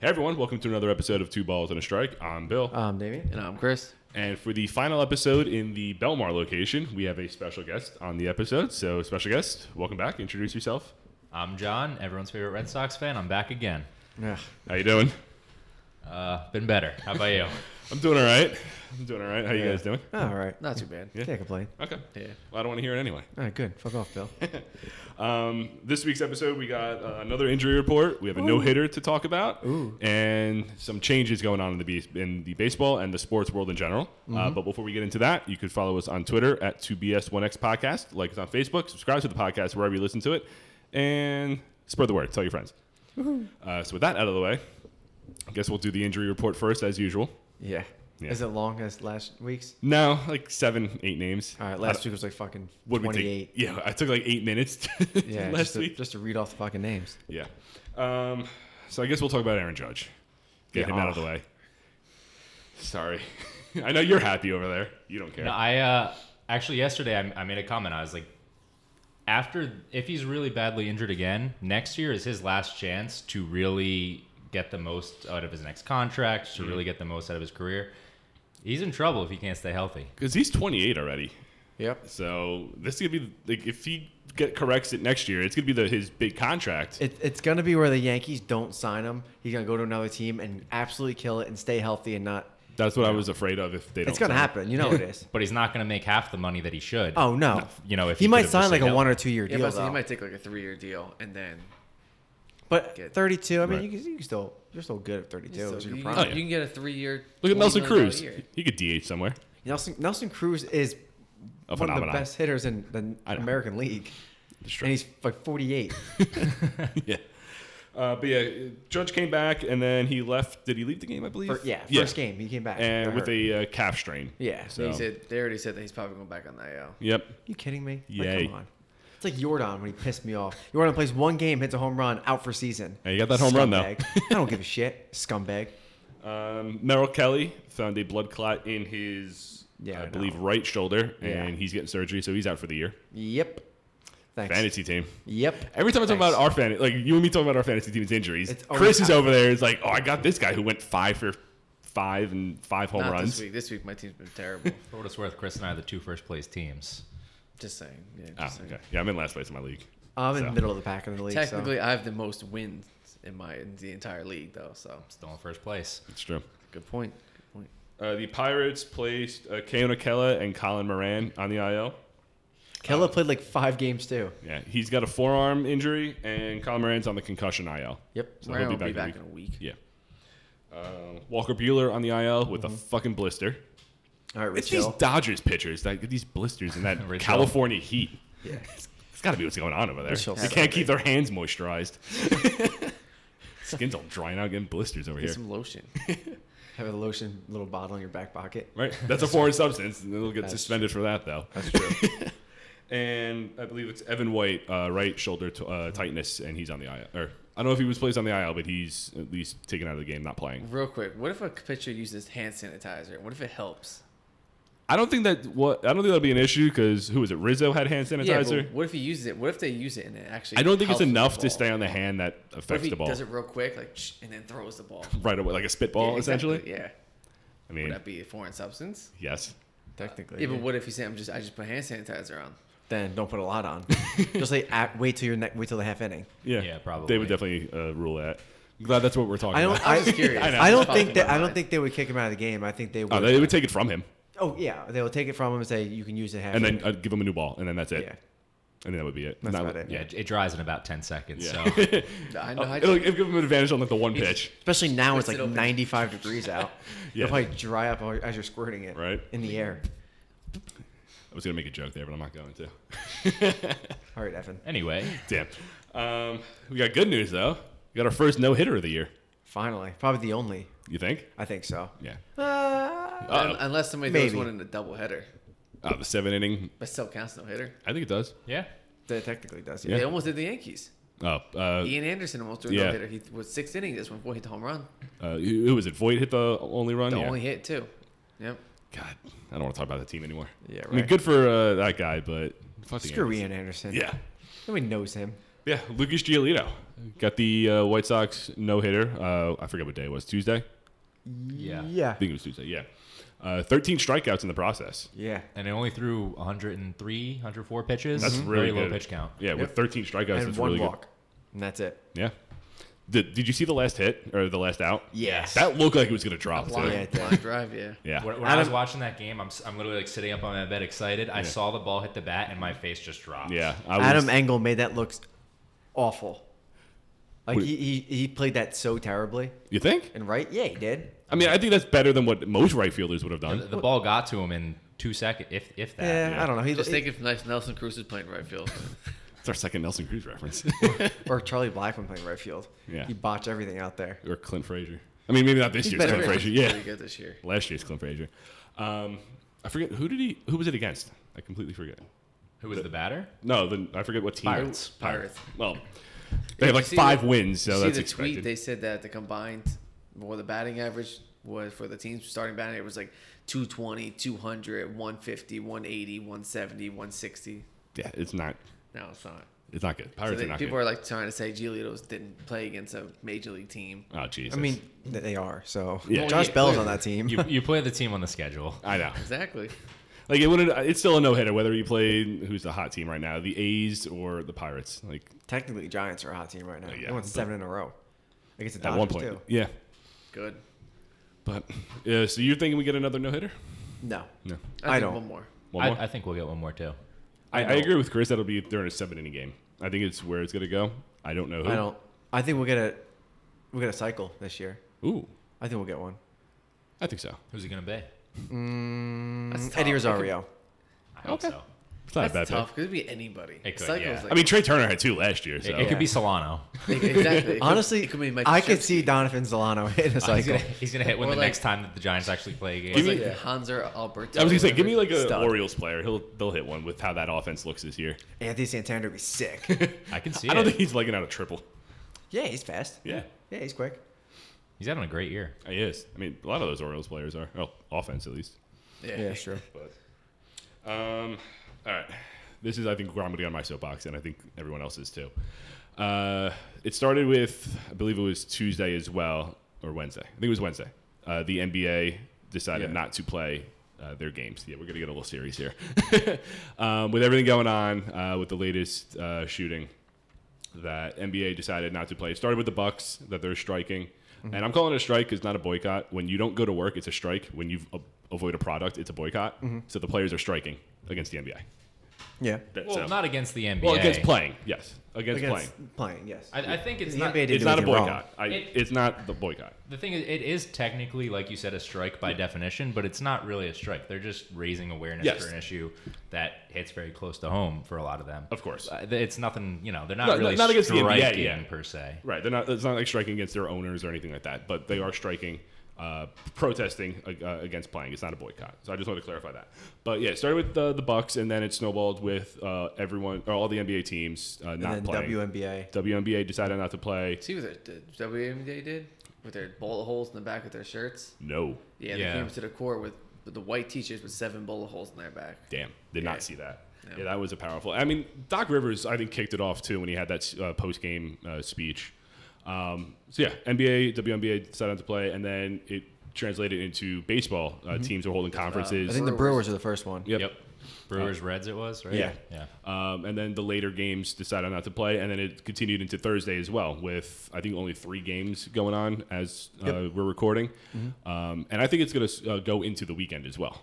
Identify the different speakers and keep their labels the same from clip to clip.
Speaker 1: Hey everyone, welcome to another episode of Two Balls and a Strike. I'm Bill.
Speaker 2: Um, Damien?
Speaker 3: And I'm Chris.
Speaker 1: and for the final episode in the Belmar location, we have a special guest on the episode. So, special guest, welcome back. Introduce yourself.
Speaker 4: I'm John, everyone's favorite Red Sox fan. I'm back again.
Speaker 2: Ugh.
Speaker 1: How you doing?
Speaker 4: Uh, been better. How about you?
Speaker 1: I'm doing all right. I'm doing all right. How you guys doing?
Speaker 2: Oh, all right.
Speaker 3: Not too bad.
Speaker 2: Can't complain.
Speaker 1: Okay.
Speaker 3: Yeah.
Speaker 1: Well, I don't want to hear it anyway.
Speaker 2: All right, good. Fuck off, Bill.
Speaker 1: Um, this week's episode, we got uh, another injury report. We have a no hitter to talk about,
Speaker 2: Ooh.
Speaker 1: and some changes going on in the base in the baseball and the sports world in general. Uh,
Speaker 2: Mm-hmm.
Speaker 1: but before we get into that, you could follow us on Twitter at 2BS1X Podcast, like us on Facebook, subscribe to the podcast wherever you listen to it, and spread the word. Tell your friends. Uh, so with that out of the way, I guess we'll do the injury report first, as usual.
Speaker 2: Yeah.
Speaker 1: Yeah.
Speaker 2: Is it long as last week's?
Speaker 1: No, like seven, eight names.
Speaker 2: All right,
Speaker 1: I-
Speaker 2: last week was like fucking
Speaker 1: what'd Uh, we take?
Speaker 2: 28.
Speaker 1: Yeah, I took like eight minutes
Speaker 2: Yeah,
Speaker 1: last
Speaker 2: just to,
Speaker 1: week.
Speaker 2: just to read off the fucking names.
Speaker 1: Yeah. Um, so I guess we'll talk about Aaron Judge. Get
Speaker 2: Yeah. Oh.
Speaker 1: him out of the way. Sorry. I know you're happy over there. You don't care.
Speaker 4: No, I uh, actually yesterday I, I made a comment. I was like, after if he's really badly injured again, next year is his last chance to really get the most out of his next contract, to really get the most out of his career. He's in trouble if he can't stay healthy.
Speaker 1: Because he's 28 already.
Speaker 2: Yep.
Speaker 1: So this is going to be, like, if he get, corrects it next year, it's going to be the, his big contract.
Speaker 2: It, it's going to be where the Yankees don't sign him. He's going to go to another team and absolutely kill it and stay healthy and not.
Speaker 1: That's what I was afraid of if they don't.
Speaker 2: It's going to
Speaker 1: sign him.
Speaker 2: happen. You know it is.
Speaker 4: But he's not going to make half the money that he should.
Speaker 2: Oh, no.
Speaker 4: You know, if
Speaker 2: he,
Speaker 4: he
Speaker 2: might
Speaker 4: could've just
Speaker 2: sign like
Speaker 4: said
Speaker 2: a
Speaker 4: no.
Speaker 2: one or two year
Speaker 3: Yeah,
Speaker 2: deal,
Speaker 3: but
Speaker 2: though.
Speaker 3: he might take like a three-year deal, and then
Speaker 2: but
Speaker 3: Good.
Speaker 2: 32, I mean,
Speaker 1: Right.
Speaker 2: you, can, you can still, you're still good at 32.
Speaker 3: so
Speaker 2: It's your
Speaker 3: you, can-
Speaker 2: prime.
Speaker 1: Oh, yeah.
Speaker 3: you can get a three-year.
Speaker 1: Look at Nelson
Speaker 3: $20 million
Speaker 1: Cruz.
Speaker 3: year.
Speaker 1: He could DH somewhere.
Speaker 2: Nelson, Nelson Cruz
Speaker 1: A
Speaker 2: is one of the
Speaker 1: phenomenon.
Speaker 2: best hitters in the
Speaker 1: I know.
Speaker 2: American League.
Speaker 1: It's true.
Speaker 2: And he's like 48.
Speaker 1: yeah. Uh, but yeah, Judge came back and then he left. Did he leave the game? I believe.
Speaker 2: Fir- yeah, first game he came back.
Speaker 1: And
Speaker 2: got
Speaker 1: with
Speaker 2: hurt.
Speaker 1: a uh, calf strain.
Speaker 2: yeah.
Speaker 1: So.
Speaker 3: He said they already said that he's probably going back on the IL.
Speaker 1: Yep.
Speaker 2: you kidding me?
Speaker 1: Yay.
Speaker 2: Like, come on. It's like Jordan when he pissed me off. Jordan plays one game, hits a home run, out for season.
Speaker 1: Hey, you got that home run, though.
Speaker 2: Scumbag. I don't give a shit, scumbag.
Speaker 1: Um, Merrill Kelly found a blood clot in his,
Speaker 2: Yeah,
Speaker 1: I
Speaker 2: I
Speaker 1: believe,
Speaker 2: know.
Speaker 1: right shoulder,
Speaker 2: Yeah.
Speaker 1: and he's getting surgery, so he's out for the year.
Speaker 2: Yep. Thanks.
Speaker 1: Fantasy team.
Speaker 2: Yep.
Speaker 1: Every time I talk
Speaker 2: Thanks.
Speaker 1: about our fan, like you and me talking about our fantasy team's injuries,
Speaker 2: It's always
Speaker 1: Chris is
Speaker 2: out.
Speaker 1: over there. Is like, oh, I got this guy who went five for five and five home
Speaker 3: Not
Speaker 1: runs.
Speaker 3: this week. This week my team's been terrible.
Speaker 4: For what it's worth, Chris and I are the two first place teams.
Speaker 3: just saying. Yeah, just
Speaker 1: Ah,
Speaker 3: saying.
Speaker 1: okay. Yeah, I'm in last place in my league.
Speaker 2: I'm in
Speaker 1: So.
Speaker 2: the middle of the pack in the league.
Speaker 3: Technically, uh, I have the most wins in my in the entire league, though. So
Speaker 4: Still in first place.
Speaker 1: It's true.
Speaker 3: good point. Good point.
Speaker 1: Uh, the Pirates placed uh, Keon Akella and Colin Moran on the IL.
Speaker 2: so. Kella played like five games too.
Speaker 1: Yeah, he's got a forearm injury, and Colin Moran's on the concussion IL.
Speaker 2: Yep.
Speaker 1: So
Speaker 3: Moran
Speaker 1: he'll
Speaker 3: will
Speaker 1: be back, in a week.
Speaker 3: in a week.
Speaker 1: Yeah. Uh, Walker Bueller on the IL with a fucking blister.
Speaker 2: All right,
Speaker 1: It's these
Speaker 2: Rachel.
Speaker 1: Dodgers pitchers that get these blisters in that
Speaker 4: Rich
Speaker 1: California heat.
Speaker 2: Yeah.
Speaker 1: It's got to be what's going on over there.
Speaker 2: Rich Hill
Speaker 1: They can't keep their hands moisturized. Skin's all drying out, getting blisters over
Speaker 3: Get
Speaker 1: here.
Speaker 3: some lotion.
Speaker 2: Have a lotion little bottle in your back pocket.
Speaker 1: Right? That's a foreign substance. and They'll get
Speaker 2: That's
Speaker 1: suspended for that, though. That's true. and I believe it's Evan White, uh, right shoulder t- uh, tightness, and he's on the IL. Or I don't know if he was placed on the IL, but he's at least taken out of the game, not playing.
Speaker 3: Real quick, what if a pitcher uses hand sanitizer? What if it helps?
Speaker 1: I don't think that what I don't think that'll be an issue because who was it? Rizzo had hand
Speaker 3: Yeah,
Speaker 1: sanitizer.
Speaker 3: but what if he uses it? What if they use it and it actually?
Speaker 1: I don't think it's
Speaker 3: helps with the
Speaker 1: enough to
Speaker 3: ball?
Speaker 1: stay on the hand that
Speaker 3: What if
Speaker 1: affects
Speaker 3: he
Speaker 1: the ball
Speaker 3: does it real quick, like, shh, and then throws the ball?
Speaker 1: right away, like a spitball,
Speaker 3: Yeah,
Speaker 1: essentially.
Speaker 3: exactly, Yeah.
Speaker 1: I mean,
Speaker 3: Would that be a foreign substance?
Speaker 1: yes.
Speaker 2: Technically.
Speaker 3: Yeah, but what if you say I'm just I just put hand sanitizer on?
Speaker 2: Then don't put a lot on. Just like at, wait till your neck. Wait till the half inning.
Speaker 1: Yeah,
Speaker 4: Yeah, probably.
Speaker 1: They would definitely uh, rule that. I'm glad that's what we're talking
Speaker 2: I don't.
Speaker 1: about.
Speaker 2: I,
Speaker 3: was just curious.
Speaker 2: I,
Speaker 3: I know.
Speaker 2: don't
Speaker 3: Just
Speaker 2: think
Speaker 3: popped in
Speaker 2: that.
Speaker 3: my
Speaker 2: I don't
Speaker 3: mind.
Speaker 2: think they would kick him out of the game. I think they would.
Speaker 1: Oh, they would take it from him
Speaker 2: oh yeah, they will take it from him and say you can use it. Half
Speaker 1: and then
Speaker 2: inning."
Speaker 1: uh, give him a new ball, and then that's it.
Speaker 2: yeah,
Speaker 1: And then that would be it.
Speaker 2: That's
Speaker 1: Not-
Speaker 2: about it.
Speaker 4: Yeah, it, it dries in about 10 seconds.
Speaker 1: Yeah.
Speaker 4: So.
Speaker 3: I know.
Speaker 1: Oh,
Speaker 3: I
Speaker 1: it'll, it'll give him an advantage on like the one pitch,
Speaker 2: especially now it's like
Speaker 3: Splits it open.
Speaker 2: 95 degrees out.
Speaker 1: Yeah.
Speaker 2: It'll probably dry up while- as you're squirting it.
Speaker 1: right?
Speaker 2: In the air.
Speaker 1: I was gonna make a joke there, but I'm not going to.
Speaker 2: All right, Evan.
Speaker 4: Anyway,
Speaker 1: Damn. Um, we got good news though. We got our first no hitter of the year.
Speaker 2: Finally, probably the only.
Speaker 1: You think?
Speaker 2: I think so.
Speaker 1: Yeah.
Speaker 2: Uh,
Speaker 3: un- unless somebody throws
Speaker 2: Maybe.
Speaker 3: one in a double header,
Speaker 1: Uh, the seven inning.
Speaker 3: but still counts no hitter.
Speaker 1: I think it does.
Speaker 4: yeah.
Speaker 2: that technically does.
Speaker 1: Yeah.
Speaker 2: Yeah.
Speaker 3: They almost did the Yankees.
Speaker 1: Oh, uh,
Speaker 3: Ian Anderson almost threw a
Speaker 1: Yeah.
Speaker 3: no hitter. He th- was sixth inning. This one boy hit the home run.
Speaker 1: uh, who who was it? Void hit the only run.
Speaker 3: The
Speaker 1: yeah.
Speaker 3: only hit too. Yep.
Speaker 1: God, I don't want to talk about that team anymore.
Speaker 2: Yeah,
Speaker 1: I mean,
Speaker 2: right.
Speaker 1: good for uh, that guy, but fuck the
Speaker 2: Screw
Speaker 1: Yankees.
Speaker 2: Ian Anderson.
Speaker 1: Yeah,
Speaker 2: Nobody knows him.
Speaker 1: yeah. Lucas Giolito Got the uh, White Sox no hitter. Uh, I forget what day it was. Tuesday.
Speaker 4: Yeah.
Speaker 2: Yeah.
Speaker 1: I think it was Tuesday. Yeah. Uh, 13 strikeouts in the process.
Speaker 2: Yeah.
Speaker 4: And it only threw 103, 104 pitches.
Speaker 1: That's really
Speaker 4: Very low
Speaker 1: good.
Speaker 4: pitch count.
Speaker 1: Yeah, with 13 strikeouts,
Speaker 2: And
Speaker 1: that's
Speaker 2: one
Speaker 1: really
Speaker 2: walk. And that's it.
Speaker 1: good. Yeah. Did, did you see the last hit or the last out?
Speaker 2: Yes.
Speaker 1: That looked like it was going to drop.
Speaker 3: Blind,
Speaker 1: Too.
Speaker 2: Yeah, it did.
Speaker 3: blind drive, yeah.
Speaker 1: Yeah.
Speaker 4: When, when I was watching that game, I'm, s- I'm literally like sitting up on my bed excited. I saw the ball hit the bat and my face just dropped.
Speaker 1: Yeah. I was,
Speaker 2: Adam Engel made that look awful. Like
Speaker 1: Wait.
Speaker 2: he, he, he played that so terribly.
Speaker 1: you think?
Speaker 2: And right? Yeah, he did.
Speaker 1: I mean, I think that's better than what most right fielders would have
Speaker 4: The,
Speaker 1: done.
Speaker 4: the ball got to him in two seconds, if if that.
Speaker 2: Yeah, I don't know. He
Speaker 3: Just
Speaker 2: he-
Speaker 3: think if nice Nelson Cruz is playing right field.
Speaker 1: It's our second Nelson Cruz reference.
Speaker 2: or Charlie Black when playing right field.
Speaker 1: Yeah.
Speaker 2: He botched everything out there.
Speaker 1: or Clint Frazier. I mean, maybe not this year's
Speaker 2: better
Speaker 1: Clint
Speaker 2: than-
Speaker 1: Frazier. Yeah.
Speaker 3: Pretty good this year.
Speaker 1: Last year's Clint Frazier. Um, I forget who did he? Who was it against? I completely forget.
Speaker 4: Who was the batter?
Speaker 1: No, then I forget what team.
Speaker 4: Pirates.
Speaker 3: Pirates.
Speaker 1: Well, they have like
Speaker 3: see
Speaker 1: five
Speaker 3: the-
Speaker 1: wins, so
Speaker 3: See
Speaker 1: that's
Speaker 3: the
Speaker 1: expected.
Speaker 3: tweet? They said that the combined, well, the batting average was for the team's starting batting average was like 220, 200, 150, 180, 170, 160.
Speaker 1: yeah, it's not.
Speaker 3: No, it's not.
Speaker 1: It's not good.
Speaker 3: So
Speaker 1: Pirates
Speaker 3: they-
Speaker 1: are not
Speaker 3: people
Speaker 1: good.
Speaker 3: are like trying to say Giolito's didn't play against a major league team.
Speaker 1: oh, Jesus.
Speaker 2: I mean, th- they are. So
Speaker 1: Yeah.
Speaker 2: Josh
Speaker 3: Yeah,
Speaker 2: Bell's
Speaker 3: clearly.
Speaker 2: on that team.
Speaker 4: You, you play the team on the schedule.
Speaker 1: I know.
Speaker 3: Exactly.
Speaker 1: Like it wouldn't. It's still a no hitter whether you play who's the hot team right now, the A's or the Pirates. Like
Speaker 2: Technically, Giants are a hot team right now.
Speaker 1: Oh, yeah,
Speaker 2: they won
Speaker 1: but-
Speaker 2: seven in a row. I guess the
Speaker 1: at
Speaker 2: Dodgers
Speaker 1: one point.
Speaker 2: too.
Speaker 1: Yeah.
Speaker 3: Good.
Speaker 1: But yeah, so you're thinking we get another no hitter?
Speaker 2: No,
Speaker 1: No.
Speaker 3: I,
Speaker 2: I
Speaker 3: think
Speaker 2: don't.
Speaker 3: One more.
Speaker 1: One more.
Speaker 4: I, I think we'll get one more too.
Speaker 1: I, I agree with Chris. That'll be during a seven inning game. I think it's where it's gonna go. I don't know. Who.
Speaker 2: I don't. I think we'll get a we'll get a cycle this year.
Speaker 1: Ooh,
Speaker 2: I think we'll get one.
Speaker 1: I think so.
Speaker 4: Who's it gonna be?
Speaker 3: That's tough.
Speaker 2: Eddie
Speaker 3: It could-
Speaker 2: Rosario.
Speaker 4: I hope
Speaker 1: Okay.
Speaker 4: so.
Speaker 1: It's Mm, not a bad
Speaker 3: That's tough.
Speaker 1: pick.
Speaker 3: It could be anybody.
Speaker 4: It could,
Speaker 3: Psycho's
Speaker 4: yeah.
Speaker 1: I mean, Trey Turner had two last year,
Speaker 4: It,
Speaker 1: so
Speaker 4: it could be Solano.
Speaker 3: exactly. It could-
Speaker 2: Honestly,
Speaker 3: it could be Mike
Speaker 2: I could see Donovan Solano in a
Speaker 4: He's
Speaker 2: cycle.
Speaker 4: gonna, he's gonna hit when
Speaker 3: Or
Speaker 4: the
Speaker 3: like-
Speaker 4: next time that the Giants actually play a game.
Speaker 1: Give
Speaker 3: Give
Speaker 1: me-
Speaker 3: like Hanser Alberto.
Speaker 1: I was gonna say, give me like a
Speaker 2: Stud.
Speaker 1: Orioles player. He'll they'll hit one with how that offense looks this year.
Speaker 2: Anthony Santander would be sick.
Speaker 4: I can see
Speaker 1: I don't
Speaker 4: it.
Speaker 1: think he's legging out a triple.
Speaker 2: yeah, he's fast.
Speaker 1: Yeah,
Speaker 2: Yeah, he's quick.
Speaker 4: He's having a great year.
Speaker 1: he is. I mean, a lot of those Orioles players are. Oh, offense at least.
Speaker 3: yeah.
Speaker 2: Yeah, sure.
Speaker 1: But um, all right, this is I think where I'm gonna be on my soapbox, and I think everyone else is too. Uh, it started with I believe it was Tuesday as well, or Wednesday. I think it was Wednesday. Uh, the NBA decided
Speaker 4: Yeah.
Speaker 1: not to play. Uh, their games. Yeah, we're gonna get a little serious here. um, with everything going on uh, with the latest uh, shooting, that NBA decided not to play. It started with the Bucks that they're striking, and I'm calling it a strike because not a boycott. When you don't go to work, it's a strike. When you uh, avoid a product, it's a boycott.
Speaker 2: Mm-hmm.
Speaker 1: So the players are striking against the NBA.
Speaker 2: Yeah.
Speaker 1: That-
Speaker 4: Well,
Speaker 1: so-
Speaker 4: not against the NBA.
Speaker 1: well, against playing, yes, against, playing.
Speaker 2: Against playing, yes.
Speaker 4: I, I think it's
Speaker 2: The
Speaker 4: not.
Speaker 2: NBA did-
Speaker 1: It's
Speaker 2: do
Speaker 1: not a
Speaker 2: anything wrong.
Speaker 1: boycott. I,
Speaker 4: It-
Speaker 1: it's not the boycott.
Speaker 4: The thing is, it is technically, like you said, a strike by definition, but it's not really a strike. They're just raising awareness
Speaker 1: Yes.
Speaker 4: for an issue that hits very close to home for a lot of them.
Speaker 1: Of course.
Speaker 4: Uh, it's nothing. You know, they're not
Speaker 1: No, no,
Speaker 4: really
Speaker 1: not against the NBA,
Speaker 4: striking
Speaker 1: yeah.
Speaker 4: per se.
Speaker 1: Right. They're not. It's not like striking against their owners or anything like that. But they are striking, uh, protesting uh, against playing. It's not a boycott. So I just wanted to clarify that. But yeah, it started with the, the Bucks, and then it snowballed with uh, everyone, or all the NBA teams uh,
Speaker 2: and
Speaker 1: not
Speaker 2: then
Speaker 1: playing.
Speaker 2: WNBA.
Speaker 1: WNBA decided not to play.
Speaker 3: See what the the WNBA did with their bullet holes in the back of their shirts.
Speaker 1: No.
Speaker 3: Yeah,
Speaker 4: Yeah.
Speaker 3: they came to the court with, with the white t-shirts with seven bullet holes in their back.
Speaker 1: Damn. Did
Speaker 3: Yeah.
Speaker 1: not see that.
Speaker 3: No.
Speaker 1: Yeah, that was a powerful. I mean, Doc Rivers, I think, kicked it off too when he had that uh, post game uh, speech. Um, so yeah, NBA, WNBA decided not to play, and then it translated into baseball. Uh, Teams were holding conferences.
Speaker 2: Mm-hmm. I think the
Speaker 3: Brewers.
Speaker 2: Brewers are the first one.
Speaker 1: Yep.
Speaker 4: Yep. Brewers Reds it was, right?
Speaker 1: Uh, Yeah.
Speaker 4: Yeah.
Speaker 1: Um, and then the later games decided not to play, and then it continued into Thursday as well, with I think only three games going on as uh, we're recording. Um, and I think it's going to uh, go into the weekend as well,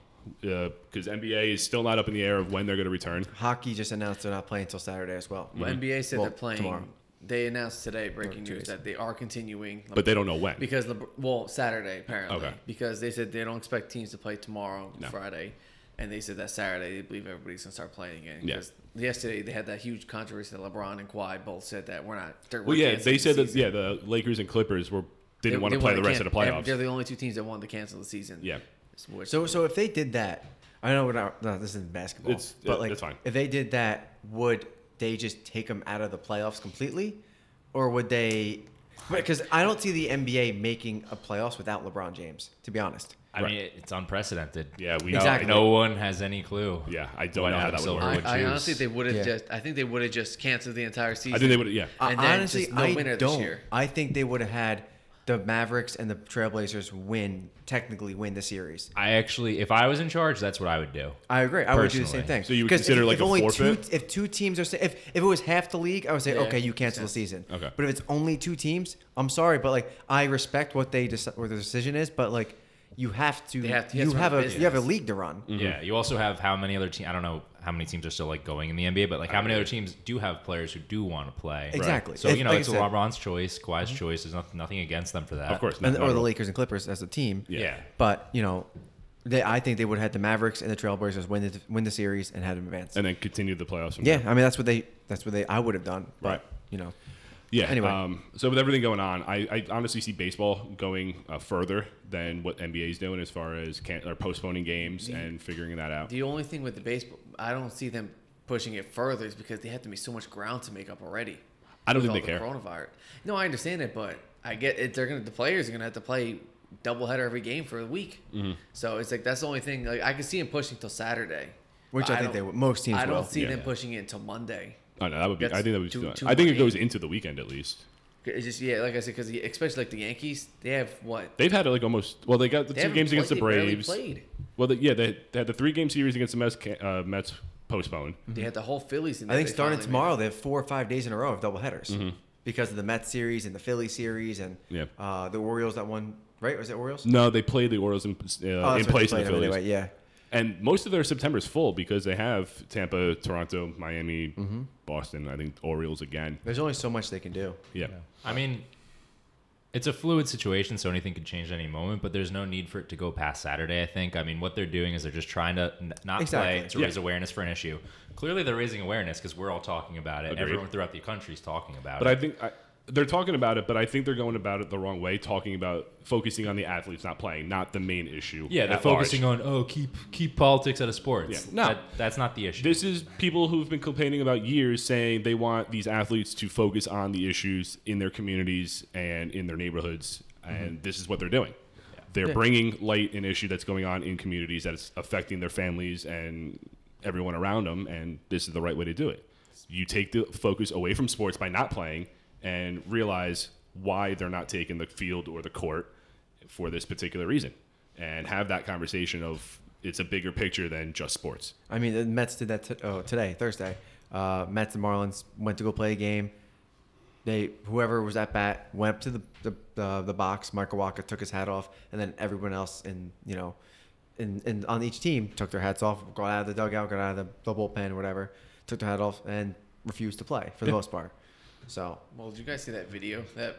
Speaker 1: uh, because NBA is still not up in the air of when they're going to return.
Speaker 2: Hockey just announced they're not playing until Saturday as well.
Speaker 3: Well, NBA said
Speaker 2: Well,
Speaker 3: they're playing.
Speaker 2: tomorrow.
Speaker 3: They announced today, breaking
Speaker 2: two
Speaker 3: news,
Speaker 2: days.
Speaker 3: that they are continuing.
Speaker 1: But they don't know when.
Speaker 3: because LeBr- well Saturday apparently
Speaker 1: Okay.
Speaker 3: because they said they don't expect teams to play tomorrow
Speaker 1: No.
Speaker 3: Friday, and they said that Saturday they believe everybody's gonna start playing again.
Speaker 1: Yeah.
Speaker 3: Because yesterday they had that huge controversy that LeBron and Kawhi both said that we're not. They're,
Speaker 1: Well, yeah, they said that yeah, the Lakers and Clippers were didn't want to play the rest of the playoffs.
Speaker 3: They're the only two teams that wanted to cancel the season.
Speaker 1: Yeah.
Speaker 3: Which-
Speaker 2: So, so if they did that, I know we're not. No, this isn't basketball.
Speaker 1: It's-
Speaker 2: but
Speaker 1: it-
Speaker 2: like,
Speaker 1: it's fine.
Speaker 2: if they did that, would they just take them out of the playoffs completely, or would they? Because I don't see the NBA making a playoffs without LeBron James. To be honest,
Speaker 4: I mean, it- it's unprecedented.
Speaker 1: Yeah, we
Speaker 2: Exactly.
Speaker 4: No one has any clue.
Speaker 1: Yeah, I don't
Speaker 4: what
Speaker 1: know how
Speaker 4: Adam
Speaker 1: that would
Speaker 4: Silver
Speaker 1: work.
Speaker 3: I,
Speaker 4: would
Speaker 3: I
Speaker 4: choose.
Speaker 3: honestly, they would have
Speaker 2: Yeah.
Speaker 3: just. I think they would have just canceled the entire season.
Speaker 1: I think they would. Yeah,
Speaker 3: And
Speaker 2: I-
Speaker 3: then
Speaker 2: honestly,
Speaker 3: just no
Speaker 2: I
Speaker 3: winner this
Speaker 2: don't.
Speaker 3: year.
Speaker 2: I think they would have had the Mavericks and the Trailblazers win, technically win the series.
Speaker 4: I actually, if I was in charge, that's what I would do.
Speaker 2: I agree. I would do the same
Speaker 4: Personally.
Speaker 2: thing.
Speaker 1: So you would
Speaker 2: 'Cause
Speaker 1: consider, like, a
Speaker 2: only
Speaker 1: forfeit?
Speaker 2: Two, if two teams are, sa- if if it was half the league, I would say
Speaker 3: Yeah.
Speaker 2: okay, you cancel the season.
Speaker 1: Okay.
Speaker 2: But if it's only two teams, I'm sorry, but like I respect what they deci- what the decision is, but like you have to,
Speaker 3: have to-
Speaker 2: you
Speaker 3: that's
Speaker 2: have
Speaker 3: what
Speaker 2: a
Speaker 3: it is.
Speaker 2: you have a league to
Speaker 1: Mm.
Speaker 2: run.
Speaker 1: Mm-hmm.
Speaker 4: Yeah. You also have how many other teams? I don't know how many teams are still like going in the NBA, but like how many other teams do have players who do want to play?
Speaker 2: Exactly.
Speaker 4: So
Speaker 2: It's-
Speaker 4: you know,
Speaker 2: like
Speaker 4: it's
Speaker 2: I said- Mm-hmm.
Speaker 4: LeBron's choice, Kawhi's choice. There's nothing, nothing against them for that.
Speaker 1: of course.
Speaker 2: and,
Speaker 1: not- not
Speaker 2: or the
Speaker 1: at all.
Speaker 2: Lakers and Clippers as a team.
Speaker 1: Yeah.
Speaker 4: Yeah.
Speaker 2: But you know, they, I think they would have had the Mavericks and the Trailblazers win the win the series and had them advance.
Speaker 1: and then continue the playoffs. From
Speaker 2: yeah,
Speaker 1: there.
Speaker 2: I mean that's what they that's what they I would have done. but,
Speaker 1: Right.
Speaker 2: You know.
Speaker 1: yeah.
Speaker 2: Anyway.
Speaker 1: um, so with everything going on, I, I honestly see baseball going uh, further than what NBA's doing as far as can or postponing games and figuring that out.
Speaker 3: The only thing with the baseball, I don't see them pushing it further is because they have to be so much ground to make up already.
Speaker 1: I don't
Speaker 3: with
Speaker 1: think
Speaker 3: all
Speaker 1: they
Speaker 3: the
Speaker 1: care.
Speaker 3: Coronavirus. No, I understand it, but I get it. They're gonna the players are gonna have to play doubleheader every game for a week.
Speaker 1: Mm-hmm.
Speaker 3: So it's like that's the only thing. Like I can see them pushing till Saturday,
Speaker 2: Which
Speaker 3: but
Speaker 2: I think they
Speaker 3: don't-
Speaker 2: would- most teams
Speaker 3: I don't
Speaker 2: will.
Speaker 3: see
Speaker 1: Yeah.
Speaker 3: them pushing it until Monday.
Speaker 1: Oh, no, that would be. I
Speaker 3: That's
Speaker 1: think that would.
Speaker 3: too-
Speaker 1: Be too,
Speaker 3: too
Speaker 1: I think it
Speaker 3: much.
Speaker 1: goes into the weekend at least.
Speaker 3: It's just yeah, like I said, because especially like the Yankees, they have what
Speaker 1: They've had like almost. Well, they got the
Speaker 3: they
Speaker 1: two
Speaker 3: haven't
Speaker 1: games against the
Speaker 3: played- barely
Speaker 1: Braves.
Speaker 3: Played.
Speaker 1: Well, the, yeah, they, they had the three game series against the Mets. ca- Uh, Mets postponed.
Speaker 3: They had the whole Phillies. In
Speaker 2: Mm-hmm. I
Speaker 3: there.
Speaker 2: think
Speaker 3: They
Speaker 2: starting
Speaker 3: finally made it.
Speaker 2: tomorrow, they have four or five days in a row of doubleheaders because of the Mets series and the Philly series and
Speaker 1: Yep.
Speaker 2: uh, the Orioles that won, right? Was it Orioles?
Speaker 1: No, they played the Orioles in, uh,
Speaker 2: Oh,
Speaker 1: in
Speaker 2: that's right, they
Speaker 1: place of the
Speaker 2: played them
Speaker 1: Phillies.
Speaker 2: Anyway, yeah.
Speaker 1: And most of their September is full because they have Tampa, Toronto, Miami,
Speaker 3: Mm-hmm.
Speaker 1: Boston. I think Orioles again.
Speaker 2: There's only so much they can do.
Speaker 1: Yeah.
Speaker 4: I mean, it's a fluid situation, so anything could change at any moment. But there's no need for it to go past Saturday. I think. I mean, what they're doing is they're just trying to n- not
Speaker 2: Exactly.
Speaker 4: play to
Speaker 1: Yeah.
Speaker 4: raise awareness for an issue. Clearly, they're raising awareness because we're all talking about it.
Speaker 1: Agreed.
Speaker 4: Everyone throughout the country is talking about
Speaker 1: But
Speaker 4: it.
Speaker 1: I think I, they're talking about it, but I think they're going about it the wrong way, talking about focusing on the athletes not playing, not the main issue.
Speaker 4: yeah, they're
Speaker 1: at large.
Speaker 4: focusing on oh, keep keep politics out of sports.
Speaker 1: Yeah. No.
Speaker 4: That- that's not the issue.
Speaker 1: This is people who've been complaining about years saying they want these athletes to focus on the issues in their communities and in their neighborhoods, and this is what they're doing. They're bringing light an issue that's going on in communities that's affecting their families and everyone around them, and this is the right way to do it. You take the focus away from sports by not playing and realize why they're not taking the field or the court for this particular reason, and have that conversation of it's a bigger picture than just sports.
Speaker 2: I mean, the Mets did that t- oh, today, Thursday. Uh, Mets and Marlins went to go play a game. They whoever was at bat went up to the the, the, the box. Michael Walker took his hat off, and then everyone else in you know, in, in on each team took their hats off, got out of the dugout, got out of the, the bullpen, whatever, took their hat off, and refused to play for the most part. So
Speaker 3: Well, did you guys see that video that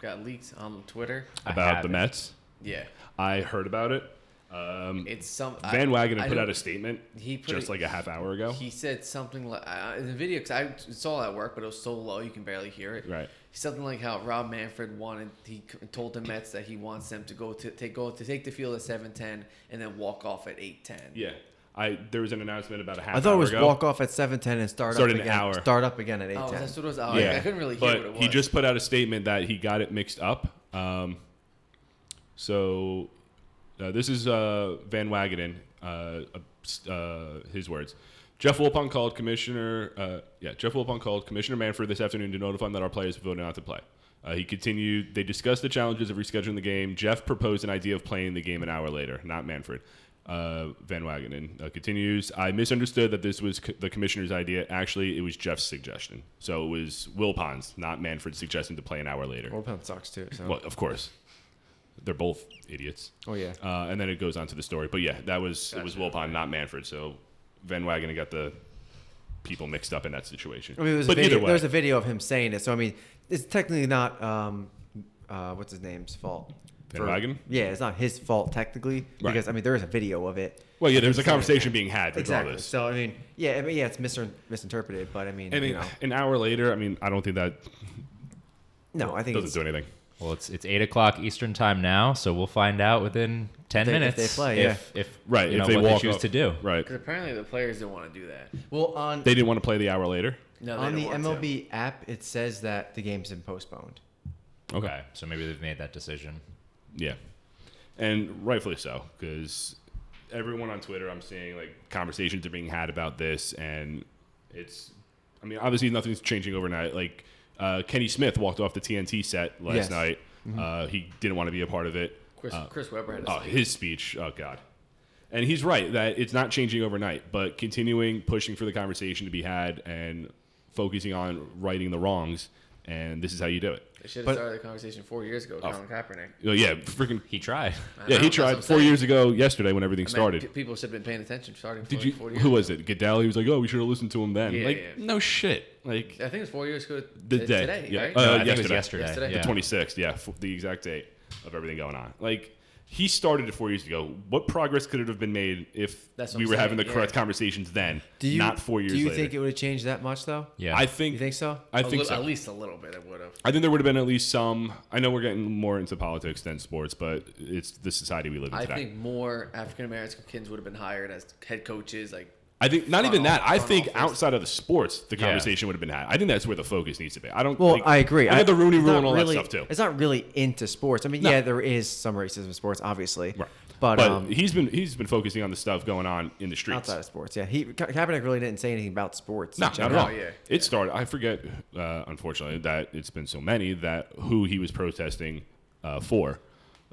Speaker 3: got leaked on Twitter?
Speaker 4: I
Speaker 1: about the
Speaker 4: haven't.
Speaker 1: Mets.
Speaker 3: Yeah,
Speaker 1: I heard about it. Um,
Speaker 3: it's some I-
Speaker 1: Van Wagenen
Speaker 3: I
Speaker 1: put
Speaker 3: don't-
Speaker 1: out a statement
Speaker 3: He put
Speaker 1: just
Speaker 3: it-
Speaker 1: like a half hour ago.
Speaker 3: He said something like uh, in the video because I saw it at work, but it was so low you can barely hear it.
Speaker 1: Right.
Speaker 3: Something like how Rob Manfred wanted he c- told the Mets that he wants them to go to take go to take the field at seven ten and then walk off at eight ten.
Speaker 1: yeah, I there was an announcement about a half.
Speaker 2: I thought
Speaker 1: hour
Speaker 2: it was
Speaker 1: ago.
Speaker 2: walk off at seven ten and start
Speaker 1: Start
Speaker 2: up
Speaker 1: an
Speaker 2: again,
Speaker 1: hour.
Speaker 2: start up again at eight
Speaker 3: Oh,
Speaker 2: ten.
Speaker 3: that's what it was. Oh,
Speaker 1: Yeah,
Speaker 3: I, I couldn't really hear
Speaker 1: but
Speaker 3: what it was.
Speaker 1: he just put out a statement that he got it mixed up. Um, so uh, this is uh, Van Wagenen. Uh, uh, uh, his words. Jeff Wilpon called Commissioner. Uh, yeah, Jeff Wilpon called Commissioner Manfred this afternoon to notify him that our players voted not to play. Uh, he continued. They discussed the challenges of rescheduling the game. Jeff proposed an idea of playing the game an hour later, not Manfred. Uh, Van Wagenen uh, continues. I misunderstood that this was co- the commissioner's idea. Actually, it was Jeff's suggestion. So it was Wilpon's, not Manfred's, suggestion to play an hour later.
Speaker 2: Bullpen sucks too. So
Speaker 1: Well, of course, they're both idiots.
Speaker 2: oh yeah.
Speaker 1: Uh, and then it goes on to the story. But yeah, that was it was Wilpon, not Manfred. So Van Wagenen got the people mixed up in that situation.
Speaker 2: I mean, there's a
Speaker 1: but
Speaker 2: video,
Speaker 1: either way,
Speaker 2: there's a video of him saying it. So I mean, it's technically not um, uh, what's his name's fault.
Speaker 1: Van
Speaker 2: For-
Speaker 1: Wagenen?
Speaker 2: Yeah, it's not his fault technically
Speaker 1: Right.
Speaker 2: because I mean there is a video of it.
Speaker 1: well, yeah, there's a conversation being had
Speaker 2: Exactly.
Speaker 1: regardless.
Speaker 2: So I mean, yeah, I mean, yeah, it's misin misinterpreted, but I mean,
Speaker 1: I mean,
Speaker 2: you know,
Speaker 1: an hour later, I mean, I don't think that
Speaker 2: no, I think
Speaker 1: doesn't
Speaker 2: it's,
Speaker 1: do anything.
Speaker 4: Well, it's it's eight o'clock Eastern time now, so we'll find out within ten
Speaker 2: If they- if
Speaker 4: minutes
Speaker 2: they play,
Speaker 4: if, if
Speaker 1: Right.
Speaker 4: you
Speaker 1: if
Speaker 4: know,
Speaker 1: they
Speaker 4: what
Speaker 1: walk
Speaker 4: they choose
Speaker 1: up-
Speaker 4: to do.
Speaker 1: Right.
Speaker 3: because apparently the players didn't want to do that.
Speaker 2: well on
Speaker 1: They didn't want to play the hour later.
Speaker 3: No, they
Speaker 2: on the
Speaker 3: didn't want to.
Speaker 2: MLB app it says that the game's been postponed.
Speaker 4: Okay, so maybe they've made that decision.
Speaker 1: Yeah. and rightfully so because everyone on Twitter I'm seeing like conversations are being had about this, and it's I mean obviously nothing's changing overnight. Like uh, Kenny Smith walked off the TNT set last
Speaker 2: Yes.
Speaker 1: night. Uh, he didn't want to be a part of it.
Speaker 3: Chris,
Speaker 1: Uh,
Speaker 3: Chris Webber had a
Speaker 1: Oh,
Speaker 3: speech.
Speaker 1: his speech. Oh, God. And he's right that it's not changing overnight, but continuing pushing for the conversation to be had and focusing on righting the wrongs. And this is how you do it.
Speaker 3: They should
Speaker 2: but-
Speaker 3: have started the conversation four years ago. Colin Kaepernick.
Speaker 1: Oh, yeah, freaking.
Speaker 4: He tried.
Speaker 1: Yeah, he
Speaker 3: that's what I'm
Speaker 1: tried four
Speaker 3: saying.
Speaker 1: years ago yesterday when everything
Speaker 3: I mean,
Speaker 1: started.
Speaker 3: pe- people should have been paying attention starting.
Speaker 1: Did
Speaker 3: like
Speaker 1: you?
Speaker 3: Four years
Speaker 1: Who was it? Goodell. He was like, "Oh, we should have listened to him then."
Speaker 3: Yeah,
Speaker 1: like,
Speaker 3: yeah.
Speaker 1: no shit. Like
Speaker 3: I think it was four years ago. t-
Speaker 1: the day.
Speaker 3: Today,
Speaker 1: yeah.
Speaker 3: right?
Speaker 1: Uh,
Speaker 4: No, I think
Speaker 1: yesterday.
Speaker 4: it was yesterday.
Speaker 3: Yesterday.
Speaker 1: The
Speaker 4: Yeah.
Speaker 1: twenty sixth. Yeah, f- the exact date of everything going on. Like. He started it four years ago. What progress could it have been made if
Speaker 3: That's what
Speaker 1: we
Speaker 3: I'm
Speaker 1: were having the
Speaker 3: saying,
Speaker 1: correct
Speaker 3: yeah.
Speaker 1: conversations then,
Speaker 2: Do you
Speaker 1: not four years
Speaker 2: Do you
Speaker 1: later?
Speaker 2: think it would have changed that much though?
Speaker 4: Yeah.
Speaker 1: I think.
Speaker 2: You think so?
Speaker 1: I
Speaker 3: A
Speaker 1: think
Speaker 3: li-
Speaker 1: so.
Speaker 3: At least a little bit. It would have.
Speaker 1: I think there would have been at least some. I know we're getting more into politics than sports, but it's the society we live in
Speaker 3: I
Speaker 1: today.
Speaker 3: think more African American kids would have been hired as head coaches. Like
Speaker 1: I think not
Speaker 3: front
Speaker 1: even that.
Speaker 3: off-
Speaker 1: I
Speaker 3: front
Speaker 1: think
Speaker 3: office.
Speaker 1: outside of the sports, the
Speaker 4: Yeah.
Speaker 1: conversation would have been had. I think that's where the focus needs to be. I don't.
Speaker 2: Well,
Speaker 1: like,
Speaker 2: I agree.
Speaker 1: I got the Rooney
Speaker 2: it's
Speaker 1: Rule
Speaker 2: not
Speaker 1: and all
Speaker 2: really-
Speaker 1: that stuff too.
Speaker 2: It's not really into sports. I mean, yeah, there is some racism in sports, obviously.
Speaker 1: Right.
Speaker 2: But,
Speaker 1: But,
Speaker 2: um,
Speaker 1: he's been he's been focusing on the stuff going on in the streets.
Speaker 2: outside of sports, yeah, he Ka- Kaepernick really didn't say anything about sports.
Speaker 1: No,
Speaker 2: in
Speaker 1: not at
Speaker 2: general.
Speaker 1: all.
Speaker 3: Oh, yeah.
Speaker 1: It started. I forget, uh, unfortunately, that it's been so many that who he was protesting uh, for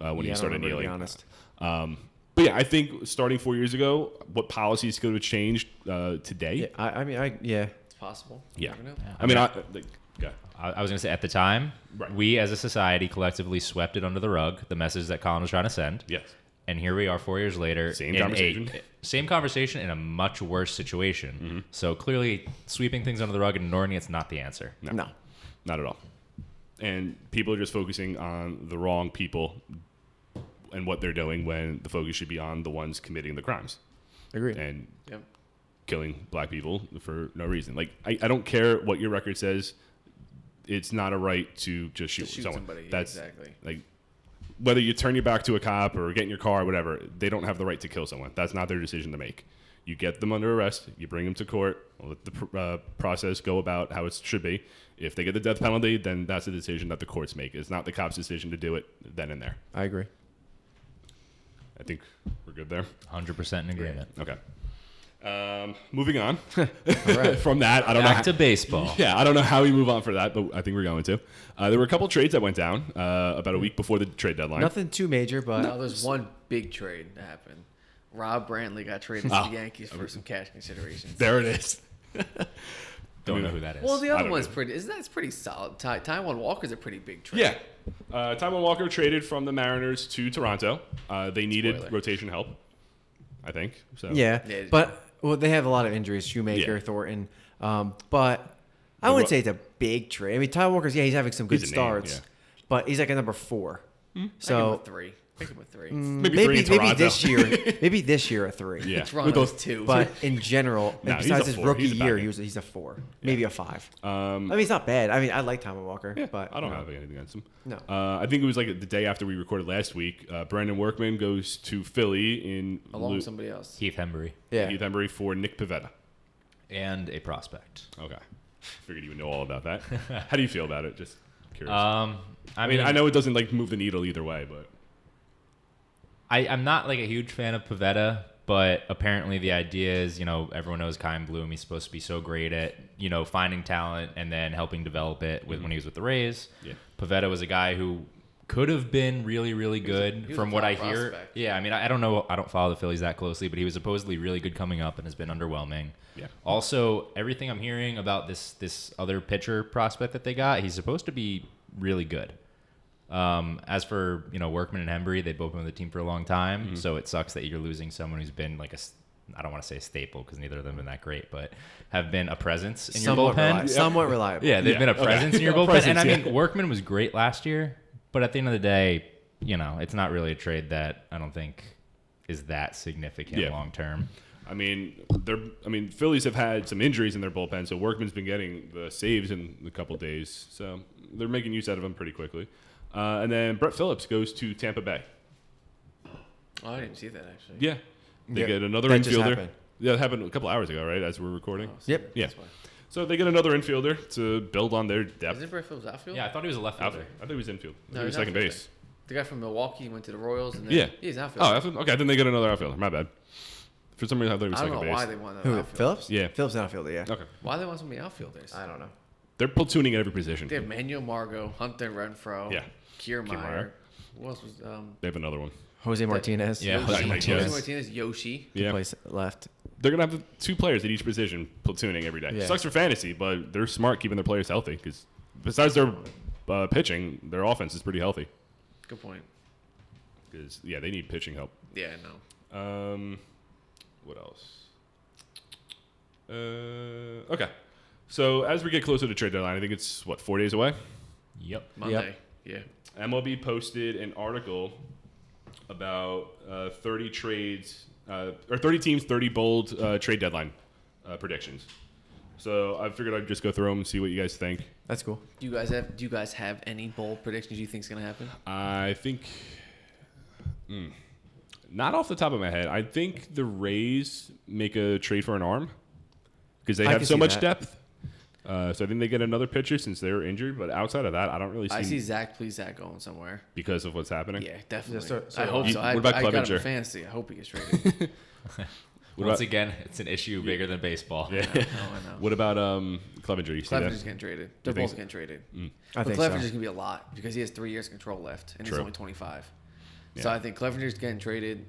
Speaker 1: uh, when
Speaker 2: Yeah, I
Speaker 1: he
Speaker 2: don't
Speaker 1: started
Speaker 2: remember, to be
Speaker 1: kneeling.
Speaker 2: honest.
Speaker 1: Um, but yeah, I think starting four years ago, what policies could have changed uh, today?
Speaker 2: Yeah, I, I mean, I yeah,
Speaker 3: it's possible.
Speaker 1: Yeah.
Speaker 3: You never know.
Speaker 1: I mean, I, like, yeah.
Speaker 4: I, I was going to say at the time,
Speaker 1: Right.
Speaker 4: we as a society collectively swept it under the rug, the message that Colin was trying to send.
Speaker 1: Yes.
Speaker 4: And here we are four years later.
Speaker 1: Same
Speaker 4: in a-
Speaker 1: conversation. Mm-hmm.
Speaker 4: same conversation in a much worse situation. So clearly, sweeping things under the rug and ignoring it's not the answer.
Speaker 1: No.
Speaker 2: no,
Speaker 1: Not at all. And people are just focusing on the wrong people and what they're doing when the focus should be on the ones committing the crimes
Speaker 2: agree.
Speaker 1: and
Speaker 3: Yep.
Speaker 1: killing black people for no reason. Like, I, I don't care what your record says. It's not a right to just shoot,
Speaker 3: Just shoot
Speaker 1: someone.
Speaker 3: somebody.
Speaker 1: That's
Speaker 3: exactly.
Speaker 1: like whether you turn your back to a cop or get in your car or whatever, they don't have the right to kill someone. That's not their decision to make. You get them under arrest, you bring them to court, let the pr- uh, process go about how it should be. If they get the death penalty, then that's a decision that the courts make. It's not the cop's decision to do it then and there.
Speaker 2: I agree.
Speaker 1: I think we're good there.
Speaker 4: 100% in agreement.
Speaker 1: Okay. Um, moving on
Speaker 2: right.
Speaker 1: from that, I don't know.
Speaker 4: Back
Speaker 1: how-
Speaker 4: to baseball.
Speaker 1: Yeah, I don't know how we move on for that, but I think we're going to. Uh, there were a couple trades that went down uh, about a week before the trade deadline.
Speaker 2: Nothing too major, but
Speaker 3: Now there's one big trade that happened. Rob Brantley got traded to
Speaker 1: Oh.
Speaker 3: the Yankees for some cash considerations.
Speaker 1: There it is.
Speaker 4: Don't know who that is.
Speaker 3: Well, the
Speaker 1: I
Speaker 3: other
Speaker 1: don't
Speaker 3: one's
Speaker 1: know.
Speaker 3: pretty. Isn't that's pretty solid? Ty, Taiwan Walker's a pretty big trade.
Speaker 1: Yeah. Uh, Taiwan Walker traded from the Mariners to Toronto. Uh, they needed
Speaker 3: Spoiler.
Speaker 1: rotation help, I think. So
Speaker 2: yeah,
Speaker 3: Yeah.
Speaker 2: but well, they have a lot of injuries: Shoemaker,
Speaker 1: Yeah.
Speaker 2: Thornton. Um, but I
Speaker 1: Well, well-
Speaker 2: wouldn't say it's a big trade. I mean, Ty Walker's yeah, he's having some good
Speaker 1: He's a name,
Speaker 2: starts,
Speaker 1: yeah.
Speaker 2: but he's like a number four.
Speaker 3: Hmm? I give him a
Speaker 2: So
Speaker 3: three. I give him a three.
Speaker 1: maybe,
Speaker 2: maybe
Speaker 1: three in
Speaker 2: maybe,
Speaker 1: Toronto.
Speaker 2: this year, maybe this year a three.
Speaker 1: yeah.
Speaker 3: Toronto's
Speaker 1: With those-
Speaker 3: two.
Speaker 2: But in general,
Speaker 1: No,
Speaker 2: and
Speaker 1: he's a
Speaker 2: besides his
Speaker 1: four.
Speaker 2: rookie
Speaker 1: He's a
Speaker 2: year,
Speaker 1: back
Speaker 2: he
Speaker 1: end.
Speaker 2: was he's a four, maybe a five.
Speaker 1: Um,
Speaker 2: I mean, it's not bad. I mean, I like Tommy Walker,
Speaker 1: yeah,
Speaker 2: but
Speaker 1: I don't
Speaker 2: no.
Speaker 1: have anything against him.
Speaker 2: No.
Speaker 1: Uh, I think it was like the day after we recorded last week. Uh, Brandon Workman goes to Philly in
Speaker 3: along
Speaker 1: lieu-
Speaker 3: with somebody else.
Speaker 4: Keith Hembury.
Speaker 2: Yeah,
Speaker 1: Keith Embury for Nick Pavetta.
Speaker 4: And a prospect.
Speaker 1: Okay. Figured you would know all about that. How do you feel about it? Just curious.
Speaker 4: Um, I,
Speaker 1: I mean, I know it doesn't like move the needle either way, but
Speaker 4: I, I'm not like a huge fan of Pavetta, but apparently the idea is, you know, everyone knows Kyan Bloom. He's supposed to be so great at, you know, finding talent and then helping develop it with when he was with the Rays.
Speaker 1: Yeah.
Speaker 4: Pavetta was a guy who could have been really, really good
Speaker 3: he was
Speaker 4: from
Speaker 3: a
Speaker 4: what I
Speaker 3: top
Speaker 4: hear.
Speaker 3: prospect.
Speaker 4: Yeah, I mean, I, I don't know. I don't follow the Phillies that closely, but he was supposedly really good coming up and has been underwhelming.
Speaker 1: Yeah.
Speaker 4: Also, everything I'm hearing about this this other pitcher prospect that they got, he's supposed to be really good. Um, as for you know Workman and Hembury, they've both been on the team for a long time,
Speaker 1: Mm-hmm.
Speaker 4: so it sucks that you're losing someone who's been like a s- I don't want to say staple because neither of them have been that great, but have been a presence in your
Speaker 2: somewhat,
Speaker 4: bullpen.
Speaker 2: reli- somewhat reliable.
Speaker 4: Yeah, they've
Speaker 1: Yeah,
Speaker 4: been a
Speaker 1: okay.
Speaker 4: presence in your
Speaker 1: A
Speaker 4: bullpen. and I
Speaker 1: presence,
Speaker 4: mean,
Speaker 1: yeah.
Speaker 4: Workman was great last year, but at the end of the day, you know, it's not really a trade that I don't think is that significant
Speaker 1: Yeah.
Speaker 4: long term.
Speaker 1: I mean, they're. I mean, Phillies have had some injuries in their bullpen, so Workman's been getting the saves in a couple days, so they're making use out of him pretty quickly. Uh, and then Brett Phillips goes to Tampa Bay.
Speaker 3: Oh, I didn't see that actually.
Speaker 1: Yeah, they
Speaker 2: Yeah,
Speaker 1: get another
Speaker 2: that
Speaker 1: infielder.
Speaker 2: just happened.
Speaker 1: Yeah, that happened a couple hours ago, right? As we're recording.
Speaker 3: Oh, so
Speaker 2: Yep.
Speaker 1: Yeah.
Speaker 3: that's why.
Speaker 1: So they get another infielder to build on their depth.
Speaker 3: Isn't Brett Phillips outfield?
Speaker 4: Yeah, I thought he was a left
Speaker 1: Out-
Speaker 4: fielder.
Speaker 1: I thought he was infield. I
Speaker 3: No,
Speaker 1: think he was
Speaker 3: he's
Speaker 1: second
Speaker 3: outfielder.
Speaker 1: base.
Speaker 3: The guy from Milwaukee went to the Royals. And then,
Speaker 1: Yeah.
Speaker 3: he's an outfielder.
Speaker 1: Oh, outfield- okay. Then they get another outfielder. My bad. For some reason, I thought he was
Speaker 3: I don't know
Speaker 1: second base.
Speaker 3: why they want
Speaker 2: Who?
Speaker 3: an outfielder.
Speaker 2: Phillips?
Speaker 1: Yeah.
Speaker 2: Phillips an outfielder. Yeah.
Speaker 1: Okay.
Speaker 3: Why they want so many outfielders?
Speaker 2: I don't know.
Speaker 1: They're platooning at every position.
Speaker 3: They have Manuel Margot, Hunter Renfro,
Speaker 1: Yeah.
Speaker 3: Kiermaier.
Speaker 1: Kiermaier.
Speaker 3: Who else was um,
Speaker 1: They have another one.
Speaker 2: Jose Martinez.
Speaker 4: Yeah, Jose
Speaker 3: Jose
Speaker 1: Martinez.
Speaker 3: Jose Martinez, Yoshi.
Speaker 1: Yeah.
Speaker 2: Place left.
Speaker 1: They're gonna have the two players at each position platooning every day.
Speaker 2: Yeah.
Speaker 1: Sucks for fantasy, but they're smart keeping their players healthy because besides their uh, pitching, their offense is pretty healthy.
Speaker 3: Good point.
Speaker 1: Because yeah, they need pitching help.
Speaker 3: Yeah, no.
Speaker 1: Um, what else? Uh, okay. So as we get closer to trade deadline, I think it's what four days away.
Speaker 4: Yep.
Speaker 3: Monday. Yeah.
Speaker 1: MLB posted an article about uh, 30 trades uh, or 30 teams, 30 bold uh, trade deadline uh, predictions. So I figured I'd just go through them and see what you guys think.
Speaker 2: That's cool.
Speaker 3: Do you guys have Do you guys have any bold predictions you think is going to happen?
Speaker 1: I think, Hmm. not off the top of my head, I think the Rays make a trade for an arm because they
Speaker 2: I
Speaker 1: have
Speaker 2: can
Speaker 1: so
Speaker 2: see
Speaker 1: much
Speaker 2: that.
Speaker 1: depth. Uh, so I think they get another pitcher since they were injured. But outside of that, I don't really see,
Speaker 3: I see Zach, please Zach going somewhere.
Speaker 1: because of what's happening.
Speaker 3: Yeah, definitely.
Speaker 2: so- so
Speaker 3: I
Speaker 2: do
Speaker 3: hope
Speaker 1: I.
Speaker 3: so.
Speaker 1: You-
Speaker 3: I,
Speaker 1: what about
Speaker 3: I got him
Speaker 1: Clevenger?
Speaker 3: in fantasy. I hope he gets traded.
Speaker 1: What
Speaker 4: Once
Speaker 1: about-
Speaker 4: again, it's an issue bigger than baseball.
Speaker 1: Yeah.
Speaker 3: I know, I know.
Speaker 1: What about um, Clevenger? You see that?
Speaker 3: Clevenger's getting traded. They're
Speaker 1: think
Speaker 3: both
Speaker 1: so? Mm.
Speaker 3: getting traded.
Speaker 2: I
Speaker 3: but
Speaker 2: think
Speaker 3: Clevenger's
Speaker 2: so.
Speaker 3: gonna be a lot because he has three years control left and he's
Speaker 1: True.
Speaker 3: only 25. So
Speaker 1: Yeah.
Speaker 3: I think Clevenger's getting traded.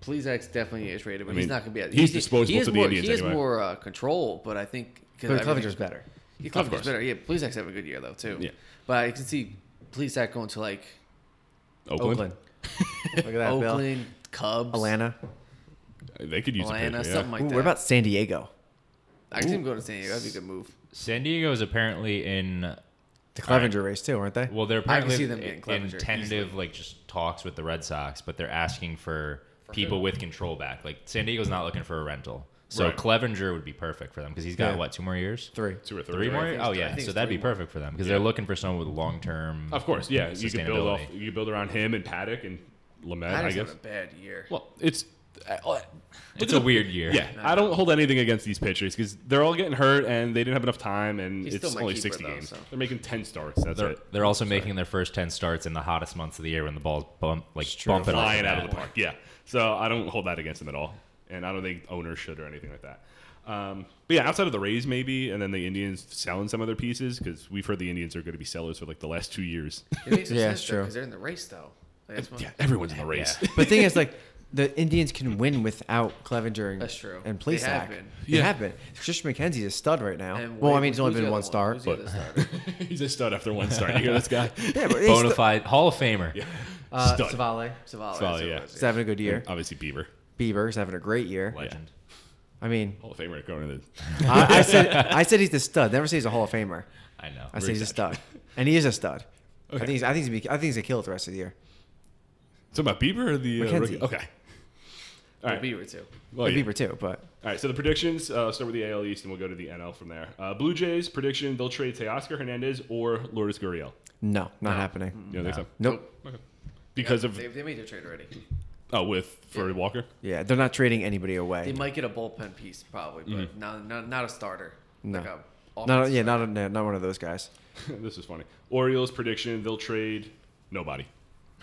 Speaker 3: Plezak's definitely getting traded, but
Speaker 1: I
Speaker 3: he's
Speaker 1: mean,
Speaker 3: not gonna be. At,
Speaker 1: he's disposable
Speaker 3: he has
Speaker 1: to the
Speaker 3: more,
Speaker 1: Indians
Speaker 3: He has
Speaker 1: anyway.
Speaker 3: more uh, control, but I think
Speaker 2: But Clevenger's better.
Speaker 3: Yeah,
Speaker 1: Of course.
Speaker 3: Clevenger's better. Yeah, Plezak's having a good year though too.
Speaker 1: Yeah.
Speaker 3: but I can see Plezak going to like
Speaker 1: Oakland.
Speaker 2: Oakland. Look at that, Bill.
Speaker 3: Oakland Cubs,
Speaker 2: Atlanta.
Speaker 1: Uh, They could use
Speaker 3: Atlanta,
Speaker 1: a pitcher.
Speaker 3: uh, something
Speaker 1: Yeah.
Speaker 3: like
Speaker 2: Ooh,
Speaker 3: that.
Speaker 2: what about San Diego?
Speaker 3: I can see him going to San Diego. That'd be a good move.
Speaker 4: San Diego is apparently in
Speaker 2: The Clevenger race too, aren't they?
Speaker 4: well, they're
Speaker 3: can
Speaker 4: apparently
Speaker 3: see them getting
Speaker 4: in-
Speaker 3: Clevenger
Speaker 4: in tentative like just talks with the Red Sox, but they're asking for, people with control back. Like San Diego's not looking for a rental, so
Speaker 1: Right.
Speaker 4: Clevenger would be perfect for them because he's got
Speaker 2: Yeah.
Speaker 4: what two more years,
Speaker 2: Three.
Speaker 1: Two or three,
Speaker 4: three
Speaker 1: right?
Speaker 4: more.
Speaker 3: think it's
Speaker 4: Oh
Speaker 3: th- I
Speaker 4: yeah,
Speaker 3: think
Speaker 4: so
Speaker 3: it's
Speaker 4: that'd be
Speaker 3: three more.
Speaker 4: perfect for them because they're looking for someone with long term.
Speaker 1: Of course, yeah. You can build off. You can build around him and Paddock and Lamette. I
Speaker 3: Paddock's
Speaker 1: guess.
Speaker 3: having a bad year.
Speaker 1: Well, it's uh,
Speaker 4: It's a weird year.
Speaker 1: yeah. I don't hold anything against these pitchers because they're all getting hurt and they didn't have enough time and
Speaker 3: He's
Speaker 1: it's
Speaker 3: still my
Speaker 1: only
Speaker 3: keeper,
Speaker 1: sixty
Speaker 3: though,
Speaker 1: games.
Speaker 3: so.
Speaker 1: They're making ten starts. That's
Speaker 4: They're,
Speaker 1: it.
Speaker 4: they're also making their first ten starts in the hottest months of the year when the ball's bump like bumping off
Speaker 1: flying out
Speaker 4: bat.
Speaker 1: of the park. Yeah. So I don't hold that against them at all, and I don't think owners should or anything like that. Um, but yeah, outside of the Rays maybe, and then the Indians selling some of their pieces because we've heard the Indians are going to be sellers for like the last two years.
Speaker 3: It makes no
Speaker 2: Yeah,
Speaker 3: sense
Speaker 2: it's true.
Speaker 3: because they're in the race though. Like, that's what-
Speaker 1: yeah, everyone's in the race.
Speaker 4: Yeah.
Speaker 2: But the thing is, like, the Indians can win without Clevenger and,
Speaker 3: That's true.
Speaker 2: and
Speaker 3: They
Speaker 2: Plesac.
Speaker 3: have been.
Speaker 2: They
Speaker 1: Yeah.
Speaker 2: have been. Christian McKenzie's a stud right now.
Speaker 3: And
Speaker 2: well, I
Speaker 3: wait,
Speaker 2: mean, he's
Speaker 3: who's
Speaker 2: only
Speaker 3: the
Speaker 2: been
Speaker 3: other
Speaker 2: one star.
Speaker 3: Who's the other starter?
Speaker 1: He's a stud after one start. You hear this guy?
Speaker 2: Yeah, but he's
Speaker 4: Bona
Speaker 2: st-
Speaker 4: fide Hall of Famer.
Speaker 2: uh,
Speaker 1: stud.
Speaker 2: Savale.
Speaker 3: Savali.
Speaker 1: Savali,
Speaker 3: that's who it
Speaker 1: yeah.
Speaker 3: was,
Speaker 2: He's having a good year.
Speaker 1: Obviously, Bieber,
Speaker 2: Bieber's having a great year.
Speaker 4: Legend.
Speaker 2: I mean,
Speaker 1: Hall of Famer, going to the
Speaker 2: I, I said I said he's the stud. Never say he's a Hall of Famer.
Speaker 4: I know.
Speaker 2: I say he's uh, a
Speaker 1: Retract.
Speaker 2: stud, and he is a stud. I
Speaker 1: Okay.
Speaker 2: think he's, I think he's gonna be, I think he's a kill it the rest of the year.
Speaker 1: So about Bieber or the uh,
Speaker 2: McKenzie.
Speaker 1: rookie? Okay. All
Speaker 3: Well,
Speaker 1: right.
Speaker 3: Bieber too.
Speaker 1: Well, Oh, yeah.
Speaker 2: Bieber too, but
Speaker 1: All right. So the predictions. Uh, start with the AL East, and we'll go to the NL from there. Uh, Blue Jays prediction: They'll trade Teoscar Hernandez or Lourdes Gurriel.
Speaker 2: no, not happening.
Speaker 1: You don't think so?
Speaker 2: Nope.
Speaker 1: Because of
Speaker 3: They, they made their trade already.
Speaker 1: oh, with for Walker.
Speaker 2: Yeah, they're not trading anybody
Speaker 3: They
Speaker 2: away.
Speaker 3: might get a bullpen piece probably, but
Speaker 1: Mm-hmm.
Speaker 3: not, not not a starter.
Speaker 2: No.
Speaker 3: Like a
Speaker 2: Not
Speaker 3: offensive
Speaker 2: yeah,
Speaker 3: starter.
Speaker 2: not a, no, not one of those guys.
Speaker 1: this is funny. Orioles prediction: They'll trade nobody.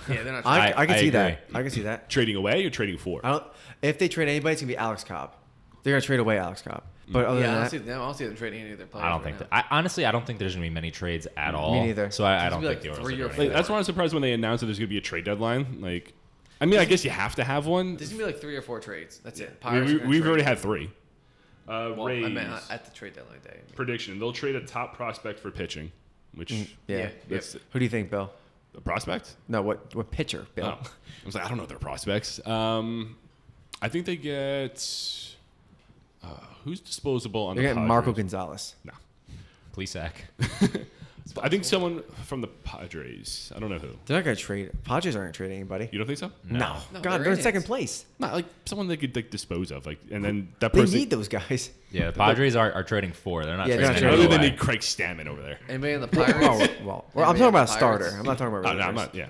Speaker 3: Yeah, they're not.
Speaker 2: I, I,
Speaker 4: I-
Speaker 2: can
Speaker 4: I
Speaker 2: see that. I can see that.
Speaker 1: Trading away or trading for?
Speaker 2: I don't. If they trade anybody, it's gonna be Alex Cobb. They're gonna trade away Alex Cobb. But other
Speaker 3: yeah, I don't see
Speaker 2: than that,
Speaker 3: them. I don't see them trading any of their players.
Speaker 4: I don't
Speaker 3: right
Speaker 4: think.
Speaker 3: now.
Speaker 4: That, I honestly, I don't think there's gonna be many trades at all.
Speaker 2: neither.
Speaker 4: So I, I
Speaker 3: It's
Speaker 4: don't
Speaker 3: gonna
Speaker 4: think
Speaker 3: be
Speaker 4: the
Speaker 3: like
Speaker 4: Orioles
Speaker 3: three
Speaker 4: are
Speaker 3: or four.
Speaker 4: doing
Speaker 1: Like,
Speaker 4: anything.
Speaker 1: that's why I'm surprised when they announced that there's going to be a trade deadline. Like, I mean, I guess you have to have one.
Speaker 3: There's gonna be like three or four trades. That's it.
Speaker 1: I mean,
Speaker 3: Pirates.
Speaker 1: we,
Speaker 3: are gonna
Speaker 1: we've
Speaker 3: trade.
Speaker 1: already had three. Uh,
Speaker 3: Well,
Speaker 1: Rays
Speaker 3: I meant uh, at the trade deadline day.
Speaker 1: prediction: They'll trade a top prospect for pitching, which
Speaker 2: Mm, yeah.
Speaker 3: Yeah.
Speaker 1: that's
Speaker 2: Who do you think, Bill?
Speaker 1: a prospect.
Speaker 2: No, what what pitcher, Bill?
Speaker 1: Oh. I was like, I don't know their prospects. Um, I think they get uh, who's disposable on
Speaker 2: They're
Speaker 1: the
Speaker 2: getting Marco
Speaker 1: Padres?
Speaker 2: Gonzalez.
Speaker 1: No,
Speaker 4: Plesac.
Speaker 1: I think someone from the Padres. I don't know who.
Speaker 2: They're not gonna trade. Padres aren't gonna trade anybody.
Speaker 1: You don't think so?
Speaker 2: No. God,
Speaker 3: No, they're
Speaker 2: they're,
Speaker 3: in
Speaker 2: in
Speaker 3: it.
Speaker 2: second place.
Speaker 1: Not like someone they could like dispose of, like, and then that
Speaker 2: They
Speaker 1: person.
Speaker 2: need those guys.
Speaker 4: Yeah, the Padres are, are trading four. They're not
Speaker 2: Yeah, they're
Speaker 4: trading
Speaker 2: not
Speaker 1: Other
Speaker 4: anybody
Speaker 1: than
Speaker 4: away.
Speaker 1: they Craig Stammen over there.
Speaker 3: Anybody on the
Speaker 2: Oh, well,
Speaker 3: Pirates?
Speaker 2: well,
Speaker 3: Yeah,
Speaker 2: I'm
Speaker 3: we
Speaker 2: talking
Speaker 3: have
Speaker 2: about a
Speaker 3: Pirates.
Speaker 2: starter. I'm not talking about.
Speaker 1: Oh, no, I'm
Speaker 2: relievers.
Speaker 1: not. Yeah.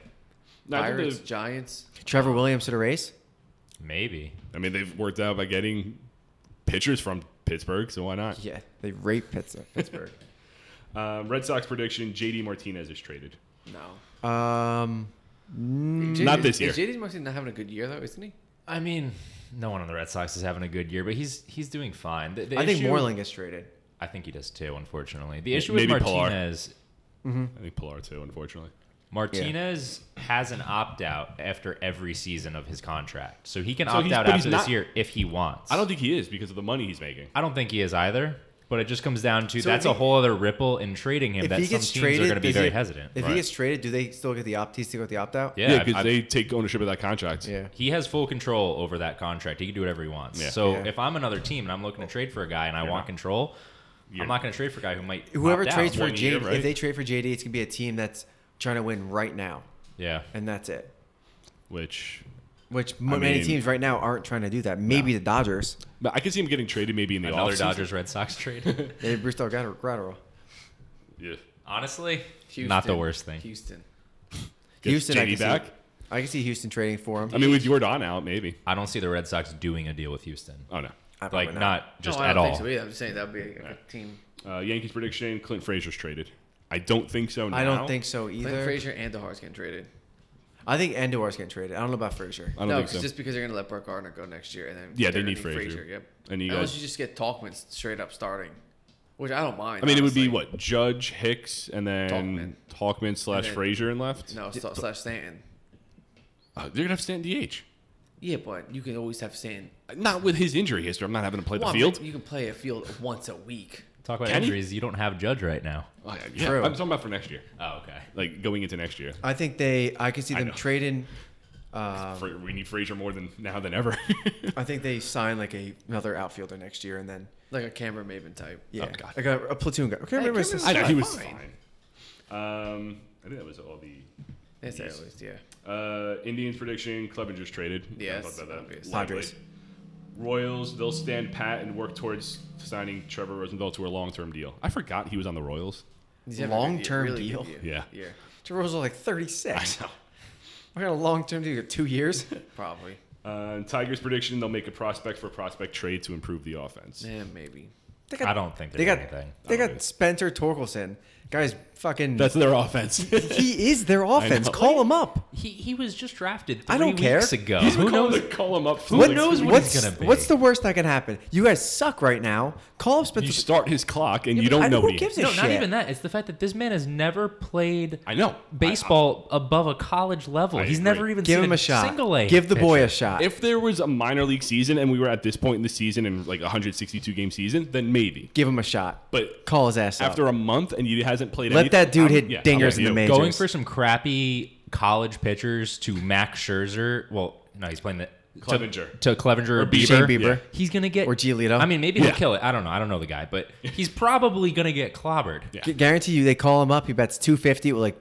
Speaker 1: No, I, think
Speaker 3: Pirates,
Speaker 1: they've-
Speaker 3: Giants.
Speaker 2: Trevor Williams to the race.
Speaker 4: Maybe.
Speaker 1: I mean, they've worked out by getting pitchers from Pittsburgh, so why not?
Speaker 2: Yeah, they rape Pittsburgh. Pittsburgh.
Speaker 1: Um, Red Sox prediction: J.D. Martinez is traded.
Speaker 3: No.
Speaker 2: um,
Speaker 1: Not this year.
Speaker 3: Is JD Martinez not having a good year though, isn't he?
Speaker 4: I mean, no one on the Red Sox is having a good year, but he's he's doing fine. The- the
Speaker 2: I think
Speaker 4: issue-
Speaker 2: Moreland gets traded.
Speaker 4: I think he does too. Unfortunately, the issue with
Speaker 1: maybe Pilar.
Speaker 4: Martinez.
Speaker 1: I think Pilar too, unfortunately.
Speaker 4: Martinez has an opt out after every season of his contract, so he can
Speaker 1: So
Speaker 4: opt
Speaker 1: he's-
Speaker 4: out
Speaker 1: but he's
Speaker 4: after
Speaker 1: not-
Speaker 4: this year if he wants.
Speaker 1: I don't think he is because of the money he's making.
Speaker 4: I don't think he is either. But it just comes down to
Speaker 2: So
Speaker 4: that's
Speaker 2: if
Speaker 4: a
Speaker 2: he-
Speaker 4: whole other ripple in trading him
Speaker 2: If
Speaker 4: that
Speaker 2: he
Speaker 4: some
Speaker 2: gets
Speaker 4: teams
Speaker 2: traded,
Speaker 4: are going to be
Speaker 2: does
Speaker 4: very
Speaker 2: he-
Speaker 4: hesitant.
Speaker 2: If
Speaker 1: Right.
Speaker 2: he gets traded, do they still get the opt? He still got the opt out.
Speaker 4: Yeah,
Speaker 1: Yeah,
Speaker 4: I've-
Speaker 1: because
Speaker 4: I've-
Speaker 1: they take ownership of that contract.
Speaker 2: Yeah.
Speaker 4: he has full control over that contract. He can do whatever he wants.
Speaker 1: Yeah.
Speaker 4: So
Speaker 2: Yeah.
Speaker 4: if I'm another team and I'm looking to trade for a guy and I want
Speaker 1: not-
Speaker 4: control,
Speaker 1: you're-
Speaker 4: I'm not going to trade for a guy who might
Speaker 2: Whoever
Speaker 4: opt out.
Speaker 2: trades for
Speaker 1: one
Speaker 2: JD,
Speaker 1: year, right?
Speaker 2: if they trade for JD, it's gonna be a team that's trying to win right now,
Speaker 4: yeah.
Speaker 2: and that's it.
Speaker 1: Which
Speaker 2: Which m many
Speaker 1: mean-
Speaker 2: teams right now aren't trying to do that. Maybe the Dodgers.
Speaker 1: but I could see him getting traded maybe in the
Speaker 4: Another
Speaker 1: offseason.
Speaker 4: Dodgers Red Sox trade.
Speaker 2: They Bristol got Gratterall.
Speaker 1: Yeah.
Speaker 4: Honestly,
Speaker 3: Houston.
Speaker 4: not the worst thing.
Speaker 3: Houston.
Speaker 1: Gets
Speaker 2: Houston, I
Speaker 1: JD
Speaker 2: can see.
Speaker 1: back.
Speaker 2: I can see Houston trading for him.
Speaker 1: I mean, with Jordan out, maybe.
Speaker 4: I don't see the Red Sox doing a deal with Houston.
Speaker 1: Oh no.
Speaker 2: I probably
Speaker 4: Like not,
Speaker 2: not.
Speaker 4: just
Speaker 3: no, I
Speaker 4: at
Speaker 3: don't
Speaker 4: all.
Speaker 3: think so either. I'm just saying that would be a good team.
Speaker 1: Uh, Yankees prediction: Clint Frazier's traded. I don't think so. Now.
Speaker 2: I don't think so
Speaker 3: Clint
Speaker 2: either.
Speaker 3: Frazier and DeHart's getting traded.
Speaker 2: I think Andujar's getting traded. I don't know about Frazier.
Speaker 1: I don't
Speaker 3: no,
Speaker 1: think
Speaker 3: 'cause
Speaker 1: so.
Speaker 3: just because they're gonna let Brett Gardner go next year, and then
Speaker 1: Yeah, they
Speaker 3: they're gonna
Speaker 1: need Frazier.
Speaker 3: Yep.
Speaker 1: And you
Speaker 3: Unless
Speaker 1: guys-
Speaker 3: you just get Talkman straight up starting, which I don't mind.
Speaker 1: I mean, it would be
Speaker 3: honestly.
Speaker 1: what Judge Hicks and then Talkman, slash
Speaker 3: then-
Speaker 1: Frazier and left.
Speaker 3: No, st- slash Stanton.
Speaker 1: Uh, they're gonna have Stanton DH.
Speaker 3: Yeah, but you can always have Stanton.
Speaker 1: Not with his injury history. I'm not having to play
Speaker 3: Well,
Speaker 1: the field.
Speaker 3: You can play a field once a week.
Speaker 4: Talk about
Speaker 1: Can he-
Speaker 4: injuries. You don't have Judge right now.
Speaker 1: Oh, yeah, yeah.
Speaker 2: True.
Speaker 1: I'm talking about for next year,
Speaker 4: Oh, okay.
Speaker 1: like going into next year.
Speaker 2: I think they. I can see
Speaker 1: I
Speaker 2: them
Speaker 1: know.
Speaker 2: trading. Um,
Speaker 1: Fra- we need Frazier more than now than ever.
Speaker 2: I think they sign like a, another outfielder next year, and then
Speaker 3: Like a Cameron Maven type.
Speaker 2: yeah,
Speaker 1: Oh, God.
Speaker 2: like a, a platoon guy. Okay,
Speaker 3: Hey,
Speaker 2: remember
Speaker 3: give him
Speaker 2: this-
Speaker 1: I know he
Speaker 3: Fine.
Speaker 1: was fine. Um, I think that was all the
Speaker 3: That's at least, yeah.
Speaker 1: Uh, Indians prediction: Clevenger's traded.
Speaker 3: Yes,
Speaker 1: Talked about that
Speaker 3: obvious.
Speaker 1: lightly.
Speaker 2: Padres.
Speaker 1: Royals. They'll stand pat and work towards signing Trevor Rosenthal to a long-term deal. I forgot he was on the Royals.
Speaker 3: He's having a good year,
Speaker 2: Long-term
Speaker 3: really good
Speaker 2: deal?
Speaker 3: year.
Speaker 1: Yeah.
Speaker 2: Trevor Rosenthal, like thirty six.
Speaker 1: know.
Speaker 2: We got a long term deal, two years.
Speaker 3: Yeah, probably.
Speaker 1: Uh, and Tigers prediction: They'll make a prospect for prospect trade to improve the offense.
Speaker 3: Yeah, maybe.
Speaker 2: They
Speaker 4: I don't think
Speaker 2: They
Speaker 4: they're
Speaker 2: got
Speaker 4: anything.
Speaker 2: they
Speaker 1: don't
Speaker 2: got
Speaker 1: either.
Speaker 2: Spencer Torkelson. Guys, fucking.
Speaker 1: That's their offense.
Speaker 2: he is their offense.
Speaker 1: know.
Speaker 2: Call him up.
Speaker 4: He he was just drafted. Three
Speaker 2: I don't care.
Speaker 4: weeks Ago.
Speaker 1: He's
Speaker 4: Who
Speaker 1: been calling
Speaker 4: knows?
Speaker 1: to call him up. for
Speaker 4: Who
Speaker 1: like
Speaker 4: knows
Speaker 1: three
Speaker 4: what
Speaker 1: weeks.
Speaker 4: he's gonna be?
Speaker 2: What's the worst that can happen? You guys suck right now. Call up Spencer.
Speaker 1: You start his clock and you
Speaker 2: I
Speaker 1: don't know
Speaker 2: who
Speaker 1: what he
Speaker 2: gives
Speaker 1: is.
Speaker 2: a
Speaker 4: no,
Speaker 2: shit.
Speaker 4: not even that. It's the fact that this man has never played
Speaker 1: I know
Speaker 4: baseball above a college level.
Speaker 1: I
Speaker 4: He's
Speaker 1: agree.
Speaker 4: never even
Speaker 2: Give
Speaker 4: seen
Speaker 2: him a shot.
Speaker 4: Single A
Speaker 2: Give the
Speaker 4: pitcher.
Speaker 2: boy a shot.
Speaker 1: I- if there was a minor league season and we were at this point in the season in like a 162 game season, then maybe.
Speaker 2: Give him a shot.
Speaker 1: But
Speaker 2: Call his ass
Speaker 1: after
Speaker 2: up.
Speaker 1: a month and he hasn't played.
Speaker 2: Let
Speaker 1: anything,
Speaker 2: that dude
Speaker 1: I'm-
Speaker 2: hit
Speaker 1: yeah, I'm
Speaker 2: dingers
Speaker 1: with
Speaker 2: in the
Speaker 1: you.
Speaker 2: major.
Speaker 4: Going
Speaker 2: Majors.
Speaker 4: for some crappy college pitchers to Max Scherzer. Well, no, he's playing the
Speaker 1: Clevenger.
Speaker 4: to, to Clevenger or,
Speaker 1: Shane
Speaker 4: Bieber.
Speaker 2: Bieber. Yeah.
Speaker 4: He's gonna get
Speaker 2: Or Giolito.
Speaker 4: I mean, maybe he'll
Speaker 1: Yeah.
Speaker 4: kill it. I don't know. I don't know the guy, but he's probably gonna get clobbered.
Speaker 1: Yeah.
Speaker 2: Gu- guarantee you, they call him up. He bets two fifty with like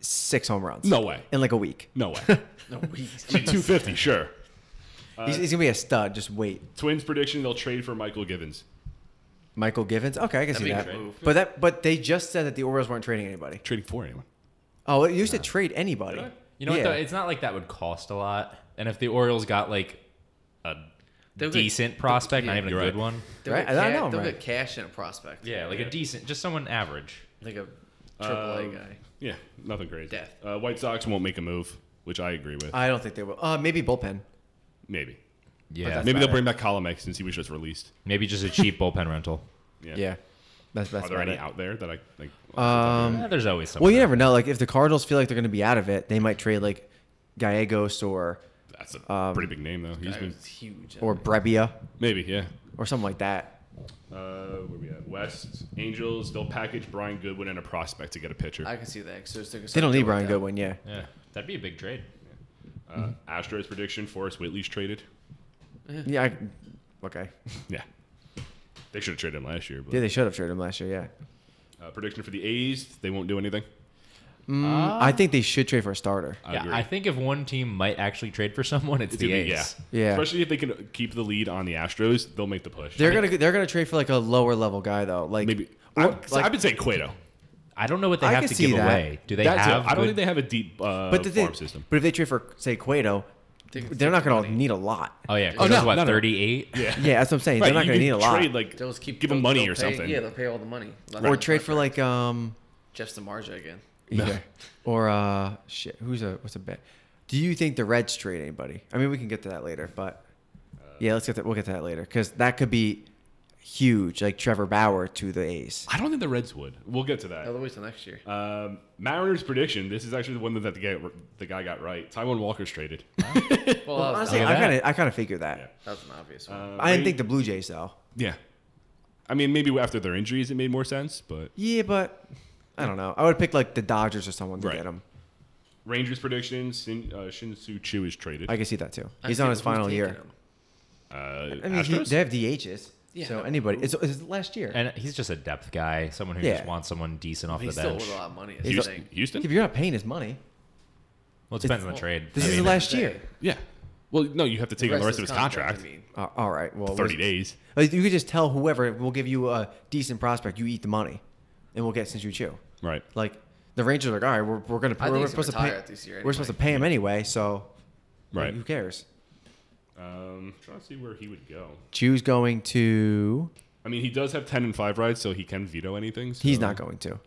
Speaker 2: six home runs.
Speaker 1: No way.
Speaker 2: In like a week,
Speaker 1: No way.
Speaker 3: No, we.
Speaker 1: Two fifty, sure. Uh,
Speaker 2: he's, he's gonna be a stud. Just wait,
Speaker 1: Twins prediction: They'll trade for Michael Givens.
Speaker 2: Michael Givens. Okay, I can see
Speaker 3: be a
Speaker 2: that.
Speaker 3: good move.
Speaker 2: But that, but they just said that the Orioles weren't trading anybody.
Speaker 1: Trading for anyone?
Speaker 2: Oh, it used to trade anybody.
Speaker 1: Did I?
Speaker 4: You know
Speaker 2: Yeah.
Speaker 4: what though? It's not like that would cost a lot. And if the Orioles got like a
Speaker 3: They'll get-
Speaker 4: decent prospect, not
Speaker 3: yeah,
Speaker 4: even a
Speaker 1: you're
Speaker 4: good
Speaker 1: right.
Speaker 4: one.
Speaker 3: They'll
Speaker 2: Right?
Speaker 3: get
Speaker 2: I don't
Speaker 3: ca-
Speaker 2: know,
Speaker 3: They'll
Speaker 2: man.
Speaker 3: get cash in a prospect.
Speaker 4: Yeah, like a decent, just someone average.
Speaker 3: Like a
Speaker 1: Uh,
Speaker 3: triple A guy.
Speaker 1: Yeah, nothing crazy.
Speaker 3: Death.
Speaker 1: Uh, White Sox won't make a move, which I agree with.
Speaker 2: I don't think they will. Uh, maybe bullpen.
Speaker 1: Maybe.
Speaker 4: Yeah,
Speaker 1: Maybe they'll
Speaker 2: about
Speaker 1: bring back Colomec since he was just released.
Speaker 4: maybe just a cheap bullpen rental.
Speaker 1: Yeah.
Speaker 2: Yeah, that's that's
Speaker 1: Are there
Speaker 2: about
Speaker 1: any
Speaker 2: it. Uh,
Speaker 1: out there that I like?
Speaker 4: Um, Yeah, there's always something.
Speaker 2: Well, you never know. Like if the Cardinals feel like they're gonna be out of it, they might trade like Gallegos or
Speaker 1: that's a
Speaker 2: um,
Speaker 1: pretty big name though. He's
Speaker 3: That
Speaker 1: been
Speaker 3: was huge.
Speaker 2: or Brebbia
Speaker 1: maybe yeah.
Speaker 2: or something like that.
Speaker 1: Uh, where we at? West Angels. They'll package Brian Goodwin and a prospect to get a pitcher.
Speaker 3: I can see that. 'cause there's- there's
Speaker 2: They don't need
Speaker 3: something
Speaker 2: Brian
Speaker 3: like that.
Speaker 2: Goodwin. Yeah,
Speaker 4: Yeah, that'd be a big trade.
Speaker 1: Uh, Astros prediction: Forrest Whitley's traded.
Speaker 2: yeah. I, okay.
Speaker 1: Yeah. They should have traded him last year. But
Speaker 2: Yeah, they should have traded him last year. Yeah.
Speaker 1: uh, prediction for the A's: They won't do anything.
Speaker 3: Ah.
Speaker 2: I think they should trade for a starter.
Speaker 1: I
Speaker 4: yeah,
Speaker 1: agree.
Speaker 4: I think if one team might actually trade for someone, it's the
Speaker 1: Dude,
Speaker 4: A's.
Speaker 1: Yeah.
Speaker 2: Yeah.
Speaker 1: Especially if they can keep the lead on the Astros, they'll make the push.
Speaker 2: They're gonna they're gonna trade for like a lower level guy though. Like
Speaker 1: maybe.
Speaker 2: or,
Speaker 1: I, so
Speaker 2: like-
Speaker 1: I've been saying Cueto.
Speaker 4: I don't know what they
Speaker 2: I
Speaker 4: have
Speaker 2: can
Speaker 4: to
Speaker 2: see
Speaker 4: give
Speaker 2: that.
Speaker 4: away. Do they
Speaker 1: That's it.
Speaker 4: have?
Speaker 1: I don't
Speaker 4: good-
Speaker 1: think they have a deep uh,
Speaker 2: but the
Speaker 1: farm
Speaker 2: thing,
Speaker 1: system.
Speaker 2: but if they trade for say Cueto,
Speaker 3: They can
Speaker 2: they're
Speaker 3: take
Speaker 2: not
Speaker 3: the
Speaker 2: gonna
Speaker 3: money.
Speaker 2: need a lot.
Speaker 4: Oh yeah,
Speaker 1: Oh,
Speaker 4: oh,
Speaker 1: no,
Speaker 4: what
Speaker 1: no, no.
Speaker 4: thirty-eight.
Speaker 1: Yeah.
Speaker 2: Yeah, that's what I'm saying.
Speaker 1: Right,
Speaker 2: they're not
Speaker 1: you
Speaker 2: gonna
Speaker 1: can
Speaker 2: need a lot.
Speaker 1: Trade, like,
Speaker 3: They'll just keep
Speaker 1: give them
Speaker 3: they'll-
Speaker 1: money
Speaker 3: they'll
Speaker 1: or
Speaker 3: pay-
Speaker 1: something.
Speaker 3: Yeah, they'll pay all the money.
Speaker 2: or trade for like um
Speaker 3: just the Marja again.
Speaker 2: either. Or uh, shit, who's a what's a bet? Do you think the Reds trade anybody? I mean, we can get to that later, but yeah, let's get that. We'll get to that later because that could be huge, like Trevor Bauer to the A's.
Speaker 1: I don't think the Reds would. We'll get to that.
Speaker 3: Otherwise, till next year.
Speaker 2: Uh,
Speaker 1: Um, Mariners prediction. This is actually the one that the guy, the guy got right. Taiwan Walker's traded.
Speaker 3: Well, that,
Speaker 2: Well,
Speaker 3: was
Speaker 2: honestly,
Speaker 4: Oh,
Speaker 2: I
Speaker 4: that.
Speaker 2: kind of I kind of figured that.
Speaker 1: Yeah.
Speaker 3: that was an obvious one.
Speaker 1: Uh,
Speaker 2: I didn't
Speaker 1: Brady-
Speaker 2: think the Blue Jays though.
Speaker 1: Yeah. I mean, maybe after their injuries, it made more sense. But
Speaker 2: Yeah, but I don't know. I would pick like the Dodgers or someone to
Speaker 1: Right.
Speaker 2: get him.
Speaker 1: Rangers prediction: Sin, uh, Shin Soo Chu is traded.
Speaker 2: I can see that too.
Speaker 3: I
Speaker 2: He's
Speaker 3: think
Speaker 2: on his
Speaker 3: who's
Speaker 2: final
Speaker 3: taking
Speaker 2: year.
Speaker 3: him?
Speaker 1: uh,
Speaker 2: I mean, he,
Speaker 1: Astros?
Speaker 2: they have DHs.
Speaker 3: Yeah,
Speaker 2: so
Speaker 3: but
Speaker 2: anybody, it's, it's his last year.
Speaker 4: And he's just a depth guy, someone who just
Speaker 2: Yeah.
Speaker 4: wants someone decent off
Speaker 3: He
Speaker 4: the
Speaker 3: still
Speaker 4: bench.
Speaker 3: owed a lot of money. He's
Speaker 1: Houston.
Speaker 3: saying.
Speaker 1: Houston?
Speaker 2: if you're not paying his money,
Speaker 4: Well, it depends on the
Speaker 3: Well,
Speaker 4: trade.
Speaker 2: this
Speaker 4: I
Speaker 2: is
Speaker 4: mean,
Speaker 2: his last
Speaker 3: that's
Speaker 2: year.
Speaker 3: it.
Speaker 1: Yeah. Well, no, you have to take on the rest of his contract.
Speaker 3: I mean.
Speaker 2: Uh, all right. Well,
Speaker 1: Thirty
Speaker 2: let's-
Speaker 1: days.
Speaker 2: Like, You could just tell whoever we'll give you a decent prospect. You eat the money, and we'll get since you chew.
Speaker 1: Right.
Speaker 2: Like the Rangers are like, all right, we're, we're gonna
Speaker 3: I think
Speaker 2: we're
Speaker 3: he's
Speaker 2: supposed to
Speaker 3: gonna
Speaker 2: pay.
Speaker 3: retire this year
Speaker 2: We're
Speaker 3: anyway.
Speaker 2: supposed to pay him anyway, so
Speaker 1: Right.
Speaker 2: Who cares?
Speaker 1: Um, trying to see where he would go.
Speaker 2: Chew's going to.
Speaker 1: I mean, he does have ten and five rights, so he can veto anything. So.
Speaker 2: He's not going to.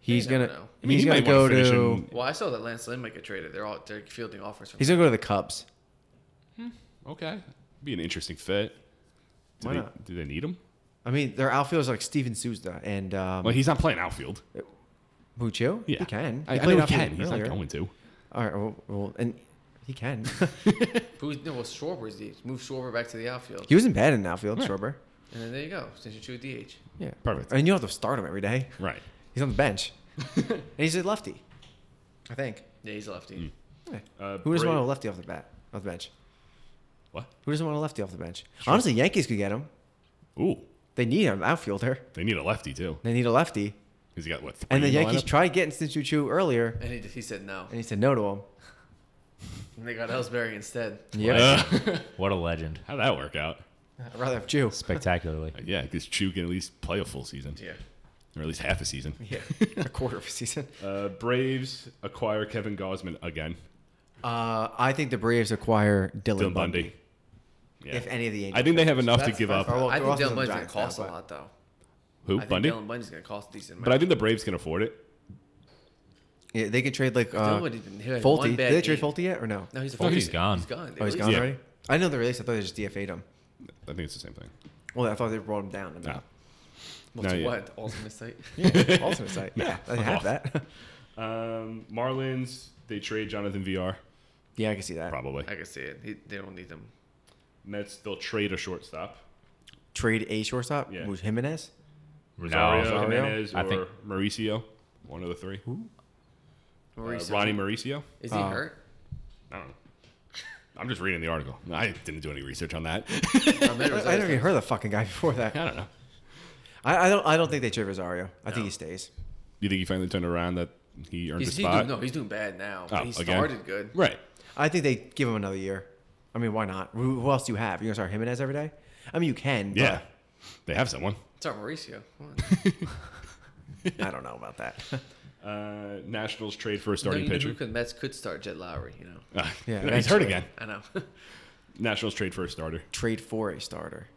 Speaker 2: He's
Speaker 3: never
Speaker 2: gonna.
Speaker 3: know.
Speaker 1: I mean,
Speaker 2: he's
Speaker 1: he
Speaker 2: gonna
Speaker 1: might wanna
Speaker 2: go
Speaker 1: finish
Speaker 2: to.
Speaker 1: in-
Speaker 3: Well, I saw that Lance Lynn might get traded. They're all they're fielding offers from.
Speaker 2: He's gonna go to the Cubs.
Speaker 1: Okay. Be an interesting fit. Do
Speaker 2: Why
Speaker 1: they,
Speaker 2: not?
Speaker 1: Do they need him?
Speaker 2: I mean, their outfielders are like Steven Souza and um,
Speaker 1: Well, he's not playing outfield.
Speaker 2: Mucho.
Speaker 1: Yeah,
Speaker 2: He can.
Speaker 1: I, I
Speaker 2: played
Speaker 1: know he
Speaker 2: outfield
Speaker 1: can. He's not
Speaker 2: earlier.
Speaker 1: going to.
Speaker 2: All right. Well, well, and he can.
Speaker 3: Who's no? Well, Schwarber's the move Schwarber back to the outfield,
Speaker 2: he wasn't bad in outfield,
Speaker 1: Right.
Speaker 2: Schwarber.
Speaker 3: and then there you go. Since you choose DH,
Speaker 2: Yeah.
Speaker 1: Perfect.
Speaker 2: I mean, you don't have to start him every day.
Speaker 1: Right.
Speaker 2: He's on the bench. and he's a lefty, I think.
Speaker 3: yeah, he's a lefty.
Speaker 2: Yeah.
Speaker 1: Uh,
Speaker 2: Who doesn't
Speaker 1: Bra-
Speaker 2: want a lefty off the bat? Off the bench.
Speaker 1: What?
Speaker 2: Who doesn't want a lefty off the bench? Honestly, Yankees could get him.
Speaker 1: Ooh,
Speaker 2: They need him, outfielder.
Speaker 1: they need a lefty too.
Speaker 2: They need a lefty.
Speaker 1: He's got what? Three
Speaker 2: And the
Speaker 1: in
Speaker 2: Yankees
Speaker 1: lineup?
Speaker 2: tried getting Sinchu Chu earlier,
Speaker 3: And he, he said no,
Speaker 2: and he said no to him.
Speaker 3: and they got Ellsbury instead.
Speaker 2: Yeah.
Speaker 1: Uh,
Speaker 4: What a legend.
Speaker 1: how'd that work out?
Speaker 2: I'd rather have Chu.
Speaker 4: Spectacularly.
Speaker 1: Yeah, because Chu can at least play a full season,
Speaker 3: Yeah,
Speaker 1: or at least half a season.
Speaker 2: Yeah. a quarter of a season.
Speaker 1: Uh, Braves acquire Kevin Gosman again.
Speaker 2: Uh, I think the Braves acquire Dylan,
Speaker 1: Dylan
Speaker 2: Bundy.
Speaker 1: Bundy. Yeah.
Speaker 2: If any of the
Speaker 1: I
Speaker 2: Yankees.
Speaker 1: think they have enough to
Speaker 3: That's-
Speaker 1: give
Speaker 3: that's-
Speaker 1: up.
Speaker 2: Or well,
Speaker 3: I think
Speaker 2: Ross is
Speaker 3: Dylan
Speaker 2: on
Speaker 3: Bundy's
Speaker 2: the
Speaker 3: gonna
Speaker 2: Giants
Speaker 3: cost
Speaker 2: now,
Speaker 3: a
Speaker 2: but-
Speaker 3: lot though. I
Speaker 1: Who
Speaker 3: think
Speaker 1: Bundy?
Speaker 3: Dylan Bundy's gonna cost a decent amount.
Speaker 1: But I think the Braves can afford it.
Speaker 2: Yeah, they can trade like uh,
Speaker 3: Dylan Bundy's been hit
Speaker 2: Fulte.
Speaker 3: one
Speaker 2: Did
Speaker 3: bad
Speaker 2: they trade
Speaker 3: game.
Speaker 2: Fulte yet or no?
Speaker 3: no, he's a
Speaker 4: Oh, he's
Speaker 3: fucking-
Speaker 4: gone.
Speaker 3: He's gone.
Speaker 2: Oh, he's
Speaker 3: They
Speaker 2: gone
Speaker 1: Yeah.
Speaker 2: already. I didn't know the release. I thought they just DFA'd him.
Speaker 1: I think it's the same thing.
Speaker 2: Well, I thought they brought him down.
Speaker 1: No.
Speaker 3: Well, to
Speaker 1: No, yeah.
Speaker 3: what? The ultimate site?
Speaker 2: Yeah, ultimate site. Yeah,
Speaker 1: fuck
Speaker 2: they have
Speaker 1: off.
Speaker 2: that.
Speaker 1: Um, Marlins they trade Jonathan VR
Speaker 2: yeah, I can see that.
Speaker 1: probably.
Speaker 3: I can see it. He, they don't need them.
Speaker 1: Mets they'll trade a shortstop.
Speaker 2: Trade a shortstop.
Speaker 1: Yeah.
Speaker 2: Yeah. Jimenez.
Speaker 1: Rosario,
Speaker 4: No.
Speaker 2: Rosario?
Speaker 1: Jimenez, or
Speaker 4: I think-
Speaker 1: Mauricio, one of the three. Uh,
Speaker 3: Mauricio-
Speaker 1: Ronnie Mauricio.
Speaker 3: is he
Speaker 2: Uh,
Speaker 3: hurt?
Speaker 1: I don't know. I'm just reading the article. I didn't do any research on that.
Speaker 3: Oh, maybe
Speaker 2: I, I
Speaker 3: Rosario-
Speaker 2: never even heard of the fucking guy before that.
Speaker 1: I don't know.
Speaker 2: I, I don't. I don't think they trade Rosario. I think
Speaker 3: No.
Speaker 2: he stays.
Speaker 1: You think he finally turned around that he earned
Speaker 3: He's,
Speaker 1: his
Speaker 3: he's
Speaker 1: spot?
Speaker 3: doing, no, he's doing bad now.
Speaker 1: Oh,
Speaker 3: but he
Speaker 1: again?
Speaker 3: started good.
Speaker 1: Right.
Speaker 2: I think they give him another year. I mean, why not? Who, who else do you have? You gonna start Jimenez every day? I mean, you can.
Speaker 1: Yeah. They have someone.
Speaker 3: It's our Mauricio. Come on.
Speaker 2: But I don't know about that.
Speaker 1: Uh, Nationals trade for a
Speaker 3: No,
Speaker 1: starting
Speaker 3: you know
Speaker 1: pitcher.
Speaker 3: who could Mets could start Jed Lowry. You know,
Speaker 1: Ah,
Speaker 2: Yeah,
Speaker 1: he's hurt
Speaker 2: eventually.
Speaker 1: again.
Speaker 3: I know.
Speaker 1: Nationals trade for a starter.
Speaker 2: trade for a starter.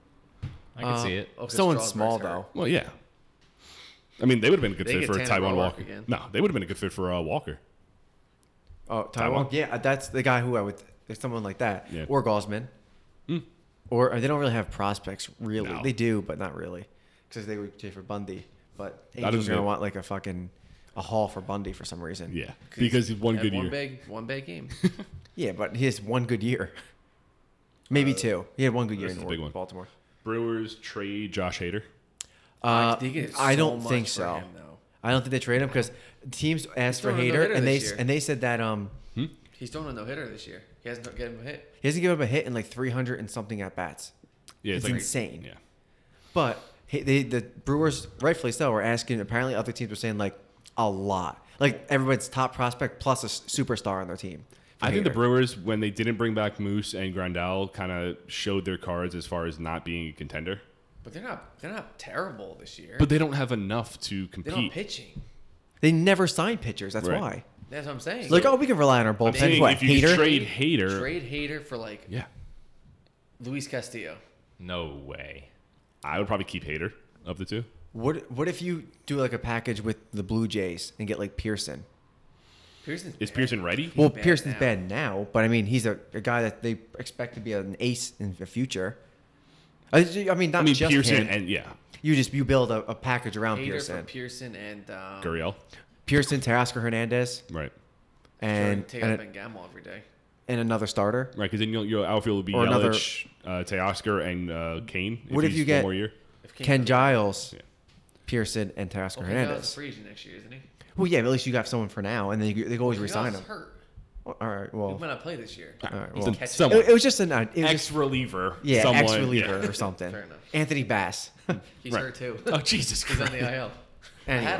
Speaker 4: I can see it.
Speaker 3: Oh, 'cause
Speaker 2: Someone
Speaker 3: Strasburg's
Speaker 2: small
Speaker 3: hurt.
Speaker 2: though.
Speaker 1: Well, yeah. I mean, they would have been a good
Speaker 3: They
Speaker 1: fit
Speaker 3: get
Speaker 1: for
Speaker 3: Tanner
Speaker 1: Taiwan
Speaker 3: Roark
Speaker 1: Walker.
Speaker 3: again.
Speaker 1: No, they would have been a good fit for uh, Walker.
Speaker 2: Oh,
Speaker 1: Taiwan?
Speaker 2: Taiwan. Yeah, that's the guy who I would. If someone like that,
Speaker 1: Yeah. Hmm.
Speaker 2: or Gosman, or uh, they don't really have prospects. Really,
Speaker 1: No.
Speaker 2: they do, but not really, because they would trade for Bundy. But Angels
Speaker 1: is
Speaker 2: are gonna
Speaker 1: good.
Speaker 2: want like a fucking a haul for Bundy for some reason.
Speaker 1: Yeah, because he's one
Speaker 3: Had
Speaker 1: good
Speaker 3: one
Speaker 1: year.
Speaker 3: Big, one big game.
Speaker 2: Yeah, but he has one good year, maybe two. He had one good year
Speaker 1: Uh, this
Speaker 2: in
Speaker 1: is a big
Speaker 2: Or-
Speaker 1: one.
Speaker 2: Baltimore.
Speaker 1: Brewers trade Josh Hader.
Speaker 2: Uh,
Speaker 3: They get
Speaker 2: I
Speaker 3: so
Speaker 2: don't
Speaker 3: much
Speaker 2: think
Speaker 3: for
Speaker 2: so.
Speaker 3: him, though.
Speaker 2: I don't think they trade him because teams asked for
Speaker 3: throwing a no-hitter
Speaker 2: Hater and they
Speaker 3: this year.
Speaker 2: and they said that um
Speaker 3: He's throwing a no hitter this year. He hasn't got him a hit.
Speaker 2: he hasn't given up a hit in like 300 and something at bats.
Speaker 1: Yeah,
Speaker 2: It's insane.
Speaker 1: Yeah,
Speaker 2: But he, they, the Brewers, rightfully so, were asking. Apparently, other teams were saying like a lot, like everybody's top prospect plus a s- superstar on their team.
Speaker 1: I think the
Speaker 2: Hader.
Speaker 1: Brewers, when they didn't bring back Moose and Grandal, kind of showed their cards as far as not being a contender.
Speaker 3: But they're not. They're not terrible this year.
Speaker 1: But they don't have enough to
Speaker 3: they're not
Speaker 1: compete.
Speaker 3: pitching.
Speaker 2: they never sign pitchers. That's
Speaker 1: Right.
Speaker 2: why.
Speaker 3: That's what I'm saying.
Speaker 2: Like, oh, we can rely on our
Speaker 1: I'm
Speaker 2: bullpen.
Speaker 1: saying
Speaker 2: What
Speaker 1: if you
Speaker 2: Hater?
Speaker 1: trade Hader,
Speaker 3: trade Hater for like
Speaker 1: yeah,
Speaker 3: Luis Castillo.
Speaker 4: No way.
Speaker 1: I would probably keep Hader of the two.
Speaker 2: What What if you do like a package with the Blue Jays and get like Pearson?
Speaker 3: Pearson's
Speaker 1: Is
Speaker 3: bad.
Speaker 1: Pearson ready?
Speaker 2: Well,
Speaker 3: bad
Speaker 2: Pearson's
Speaker 3: now.
Speaker 2: bad now, but I mean, he's a, a guy that they expect to be an ace in the future. I I mean, not
Speaker 1: I mean,
Speaker 2: just
Speaker 1: Pearson
Speaker 2: him.
Speaker 1: and yeah,
Speaker 2: you just you build a, a package around
Speaker 3: Hader
Speaker 2: Pearson.
Speaker 3: for Pearson and um,
Speaker 1: Gurriel,
Speaker 2: Pearson, Tarasco Hernandez,
Speaker 1: right?
Speaker 2: and
Speaker 3: take
Speaker 2: and,
Speaker 3: up
Speaker 2: a-
Speaker 3: and Gamble every day.
Speaker 2: and another starter.
Speaker 1: Right, because then you'll, your outfield will be
Speaker 2: Or another-
Speaker 1: Yelich, uh, Teoscar, and uh, Kane.
Speaker 2: What if
Speaker 1: he's
Speaker 2: you
Speaker 1: one
Speaker 2: get-
Speaker 1: more year?
Speaker 3: If
Speaker 2: Ken Giles,
Speaker 1: Yeah.
Speaker 2: Pearson, and Tarasco
Speaker 3: well, Ken Giles is a
Speaker 2: Hernandez.
Speaker 3: free agent next year, isn't he?
Speaker 2: Well, yeah, but at least you have someone for now, and then you, they can always
Speaker 3: Ken
Speaker 2: resign
Speaker 3: Giles
Speaker 2: him.
Speaker 3: is hurt.
Speaker 2: All right,
Speaker 3: He
Speaker 2: well,
Speaker 3: might not play this year.
Speaker 2: all right,
Speaker 1: It's
Speaker 2: well.
Speaker 1: an-
Speaker 3: Catch-
Speaker 1: someone.
Speaker 2: It, it was just an it was
Speaker 1: ex
Speaker 2: just,
Speaker 1: reliever.
Speaker 2: yeah
Speaker 1: someone,
Speaker 2: ex reliever or something.
Speaker 3: Fair enough.
Speaker 2: Anthony Bass.
Speaker 3: He's
Speaker 1: Right.
Speaker 3: hurt too.
Speaker 1: Oh Jesus
Speaker 3: He's on
Speaker 1: Christ!
Speaker 3: the IL. I had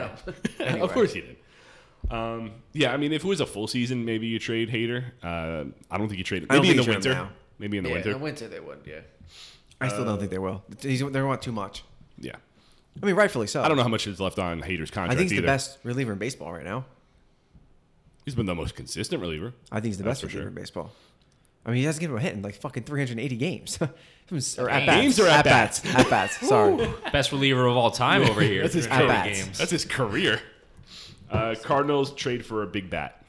Speaker 2: Anyway.
Speaker 3: him.
Speaker 1: Of course he did. Um, yeah, I mean, if it was a full season, maybe you trade Hater. Uh, I don't think you trade him.
Speaker 2: I don't
Speaker 1: Maybe in
Speaker 2: think
Speaker 1: the
Speaker 2: you trade him
Speaker 1: winter.
Speaker 2: now.
Speaker 1: Maybe in the
Speaker 3: yeah,
Speaker 1: winter.
Speaker 3: In the winter they would, yeah.
Speaker 2: I still don't think they will. He's, they want too much.
Speaker 1: yeah,
Speaker 2: I mean, rightfully so.
Speaker 1: I don't know how much is left on Hater's
Speaker 2: I
Speaker 1: contract.
Speaker 2: think he's
Speaker 1: either.
Speaker 2: the best reliever in baseball right now.
Speaker 1: He's been the most consistent reliever.
Speaker 2: I think he's the
Speaker 1: That's
Speaker 2: best
Speaker 1: for
Speaker 2: reliever
Speaker 1: sure.
Speaker 2: in baseball. I mean, he hasn't given him a hit in like fucking 380 games. or at bats.
Speaker 1: Games or at-bats?
Speaker 2: bats? At bats. Sorry.
Speaker 4: Best reliever of all time over here.
Speaker 1: That's his
Speaker 4: During the
Speaker 2: at-bats.
Speaker 4: games.
Speaker 1: That's his career. Uh, Cardinals trade for a big bat,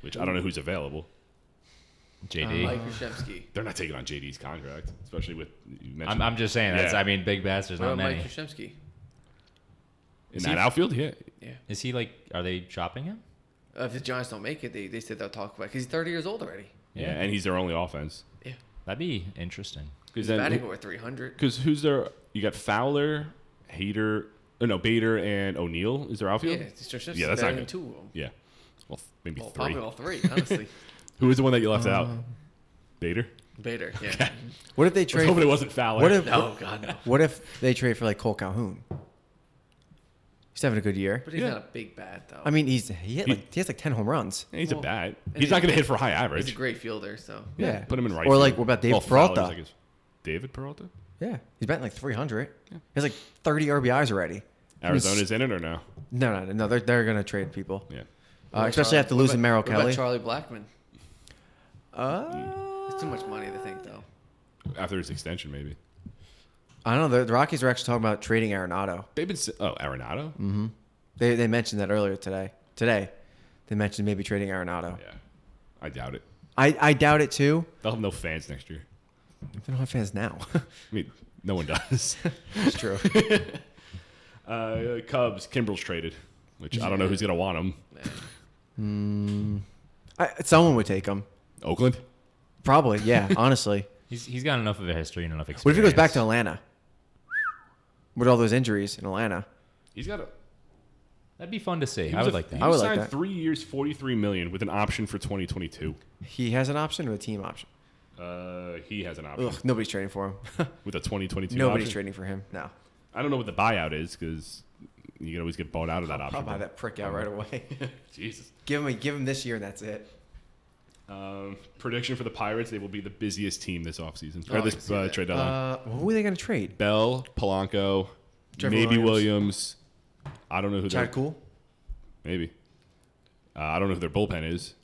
Speaker 1: which I don't know who's available.
Speaker 4: JD.
Speaker 3: Mike Krzyzewski.
Speaker 1: They're not taking on JD's contract, especially with you mentioned
Speaker 4: I'm, I'm just saying that's
Speaker 1: Yeah.
Speaker 4: I mean big bats. There's
Speaker 3: What
Speaker 4: not
Speaker 3: about Mike
Speaker 4: many.
Speaker 3: Krzyzewski?
Speaker 1: in
Speaker 4: is
Speaker 1: that
Speaker 4: he-
Speaker 1: outfield. Yeah,
Speaker 3: Yeah.
Speaker 4: Is he like? Are they chopping him?
Speaker 3: Uh, if the Giants don't make it, they, they said they'll talk about it because he's 30 years old already.
Speaker 1: yeah, and he's their only offense.
Speaker 3: Yeah.
Speaker 4: That'd be interesting.
Speaker 1: Because
Speaker 3: Batting over 300.
Speaker 1: Because who's their? You got Fowler, Hader, oh no, Bader and O'Neill is their
Speaker 3: Yeah,
Speaker 1: outfield.
Speaker 3: Krzyzewski's
Speaker 1: Yeah,
Speaker 3: yeah,
Speaker 1: that's
Speaker 3: better
Speaker 1: not
Speaker 3: than
Speaker 1: good.
Speaker 3: two of them.
Speaker 1: Yeah. well, maybe
Speaker 3: Well, Uh,
Speaker 1: three.
Speaker 3: probably all three, honestly.
Speaker 1: Who was the one that you left out? Bader.
Speaker 3: Bader, yeah.
Speaker 2: What if they
Speaker 1: I was
Speaker 2: trade?
Speaker 1: hoping it wasn't Fowler.
Speaker 2: What if?
Speaker 3: No, God, no.
Speaker 2: What if they trade for like Cole Calhoun? He's having a good year.
Speaker 3: But he's
Speaker 1: Yeah.
Speaker 3: not a big bat, though.
Speaker 2: I mean, he's he hit
Speaker 1: He-
Speaker 2: like he has like 10 home runs.
Speaker 1: Yeah, he's a
Speaker 3: Well,
Speaker 1: bat.
Speaker 3: and
Speaker 1: He's not
Speaker 3: he-
Speaker 1: going to hit for high
Speaker 3: he's a
Speaker 1: average.
Speaker 3: great fielder, so.
Speaker 1: Yeah,
Speaker 2: Yeah.
Speaker 1: put him in right.
Speaker 2: Or
Speaker 1: field.
Speaker 2: like, what about David
Speaker 1: Fowler's
Speaker 2: Peralta?
Speaker 1: like his- David Peralta.
Speaker 2: Yeah, he's batting like 300. He has like 30 RBIs already. I mean, s-
Speaker 1: Arizona's in it or no?
Speaker 2: No, no, no. They're they're gonna trade people,
Speaker 1: Yeah.
Speaker 2: uh, especially after losing Merrill
Speaker 3: What about
Speaker 2: Kelly.
Speaker 3: Charlie Blackman?
Speaker 1: Hmm.
Speaker 2: Uh,
Speaker 3: It's too much money to think, though.
Speaker 1: After his extension, maybe.
Speaker 2: I don't know. The, the Rockies are actually talking about trading Arenado.
Speaker 1: They've been. s- Oh, Arenado.
Speaker 2: They they mentioned that earlier today. Today, they mentioned maybe trading Arenado.
Speaker 1: Yeah. I doubt it.
Speaker 2: I, I doubt it too.
Speaker 1: They'll have no fans next year.
Speaker 2: They don't have fans now.
Speaker 1: I mean, no one does.
Speaker 2: it's true.
Speaker 1: uh, Cubs. Kimbrel's traded, which I don't know who's going to want him.
Speaker 3: Man.
Speaker 2: I, someone would take him.
Speaker 1: Oakland.
Speaker 2: Probably, yeah. honestly,
Speaker 4: He's he's got enough of a history and enough experience.
Speaker 2: what if he goes back to Atlanta? With all those injuries in Atlanta,
Speaker 1: He's got a.
Speaker 4: That'd be fun to see.
Speaker 1: he
Speaker 4: I
Speaker 1: was
Speaker 4: would
Speaker 1: a-
Speaker 4: like
Speaker 1: He
Speaker 4: that.
Speaker 2: I would
Speaker 1: was
Speaker 2: like
Speaker 1: signed
Speaker 2: that.
Speaker 1: three years, forty-three million, with an option for twenty twenty-two.
Speaker 2: he has an option or a team option.
Speaker 1: Uh, he has an option
Speaker 2: Ugh, nobody's trading for him.
Speaker 1: with a twenty twenty-two.
Speaker 2: nobody's
Speaker 1: option.
Speaker 2: trading for him. No,
Speaker 1: I don't know what the buyout is because you can always get bought out of that
Speaker 2: I'll
Speaker 1: option.
Speaker 2: buy that prick out right away.
Speaker 1: Jesus.
Speaker 2: give him, a, give him this year, and that's it.
Speaker 1: Um, prediction for the Pirates: They will be the busiest team this offseason
Speaker 3: Oh,
Speaker 1: or
Speaker 3: I can
Speaker 1: this
Speaker 3: see
Speaker 1: uh,
Speaker 3: that.
Speaker 1: trade deadline.
Speaker 2: Uh, who are they going to trade?
Speaker 1: Bell, Polanco,
Speaker 2: Trevor
Speaker 1: maybe Williams.
Speaker 2: Williams.
Speaker 1: I don't know who their
Speaker 2: Chad Cool.
Speaker 1: maybe. Uh, I don't know who their bullpen is.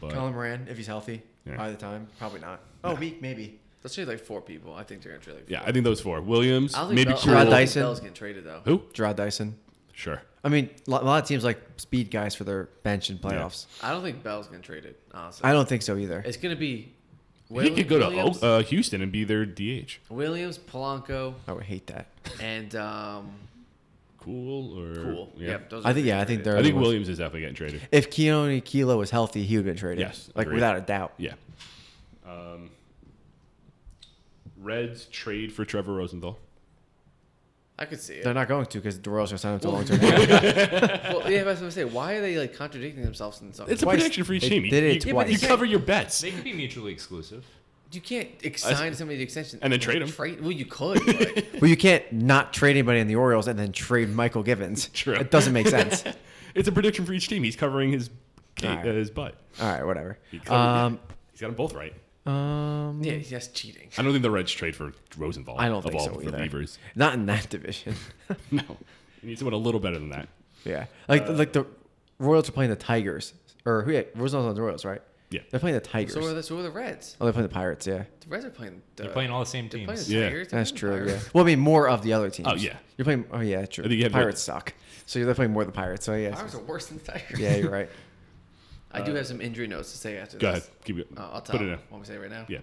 Speaker 1: But
Speaker 2: Colin Moran, if he's healthy
Speaker 1: Yeah.
Speaker 2: by the time, probably not. Oh, week maybe.
Speaker 3: Let's say like four people. I think they're going to trade like
Speaker 1: yeah, I think those four: Williams,
Speaker 3: I don't think
Speaker 1: maybe
Speaker 3: Bell-
Speaker 1: Cool.
Speaker 3: I
Speaker 2: Rod
Speaker 3: don't think
Speaker 2: Dyson.
Speaker 3: Bell's getting traded, though.
Speaker 1: Who?
Speaker 2: Gerard Dyson.
Speaker 1: Sure.
Speaker 2: I mean, lo- a lot of teams like speed guys for their bench in playoffs.
Speaker 3: I don't think Bell's getting traded, honestly.
Speaker 2: I don't think so either.
Speaker 3: It's going to be.
Speaker 1: he could go
Speaker 3: Williams,
Speaker 1: to O- uh, Houston and be their DH.
Speaker 3: Williams, Polanco,
Speaker 2: I would hate that.
Speaker 3: and um,
Speaker 1: Cool or
Speaker 3: Cool.
Speaker 1: Yeah.
Speaker 3: Yep. Those
Speaker 2: I think
Speaker 3: the
Speaker 2: yeah, I
Speaker 3: three
Speaker 2: think
Speaker 3: traded.
Speaker 2: they're.
Speaker 1: I think
Speaker 2: the ones-
Speaker 1: Williams is definitely getting traded.
Speaker 2: If Keone Kilo was healthy, he would have been traded.
Speaker 1: Yes,
Speaker 2: like
Speaker 1: agreed.
Speaker 2: without a doubt.
Speaker 1: Yeah. Um, Reds trade for Trevor Rosenthal.
Speaker 3: I could see it.
Speaker 2: They're not going to because the Royals are signing him to a
Speaker 3: Well,
Speaker 2: long term. deal.
Speaker 3: well, yeah, that's what I say. Why are they like contradicting themselves in something?
Speaker 1: It's a
Speaker 2: Twice.
Speaker 1: prediction for each
Speaker 2: They
Speaker 1: team.
Speaker 2: did
Speaker 1: you,
Speaker 2: it
Speaker 1: you-
Speaker 2: twice.
Speaker 1: you cover your bets.
Speaker 4: They could be mutually exclusive.
Speaker 3: you can't ex- sign somebody to extension
Speaker 1: And then trade 'em.
Speaker 3: Trade? Well, you could. But
Speaker 2: well, you can't not trade anybody in the Orioles and then trade Michael Givens.
Speaker 1: True.
Speaker 2: It doesn't make sense.
Speaker 1: It's a prediction for each team. He's covering his uh,
Speaker 2: Alright.
Speaker 1: his butt.
Speaker 2: All right, whatever.
Speaker 1: He covered
Speaker 2: Um,
Speaker 1: He's got them both right.
Speaker 2: um,
Speaker 3: yeah, that's cheating.
Speaker 1: I don't think the Reds trade for Rosenthal.
Speaker 2: I don't
Speaker 1: of
Speaker 2: think
Speaker 1: all
Speaker 2: so
Speaker 1: the
Speaker 2: either.
Speaker 1: relievers.
Speaker 2: not in that division.
Speaker 1: No, you need someone a little better than that.
Speaker 2: Yeah, like like the Royals are playing the Tigers, or who? Yeah, Rosenthal on the Royals, right?
Speaker 1: Yeah.
Speaker 2: they're playing the Tigers.
Speaker 3: So are the so are the Reds.
Speaker 2: oh, they're playing the Pirates. Yeah,
Speaker 3: The Reds are playing. The,
Speaker 4: They're playing all the same
Speaker 3: They're
Speaker 4: teams.
Speaker 3: playing the
Speaker 1: Yeah.
Speaker 3: Tigers. they're
Speaker 2: that's
Speaker 3: playing the
Speaker 2: true. Yeah.
Speaker 3: Pirates.
Speaker 2: Well, I mean, more of the other teams.
Speaker 1: Oh, yeah.
Speaker 2: you're playing. Oh yeah, true.
Speaker 1: I think you have, like-
Speaker 2: Pirates suck, so they're playing more of the Pirates. So yeah,
Speaker 3: Pirates are worse than the Tigers.
Speaker 2: yeah, you're right.
Speaker 3: I do have some injury notes to say after
Speaker 1: Go
Speaker 3: this.
Speaker 1: ahead. Keep it.
Speaker 3: Uh, I'll tell
Speaker 1: Put it in.
Speaker 3: Want me to say it right now?
Speaker 1: Yeah.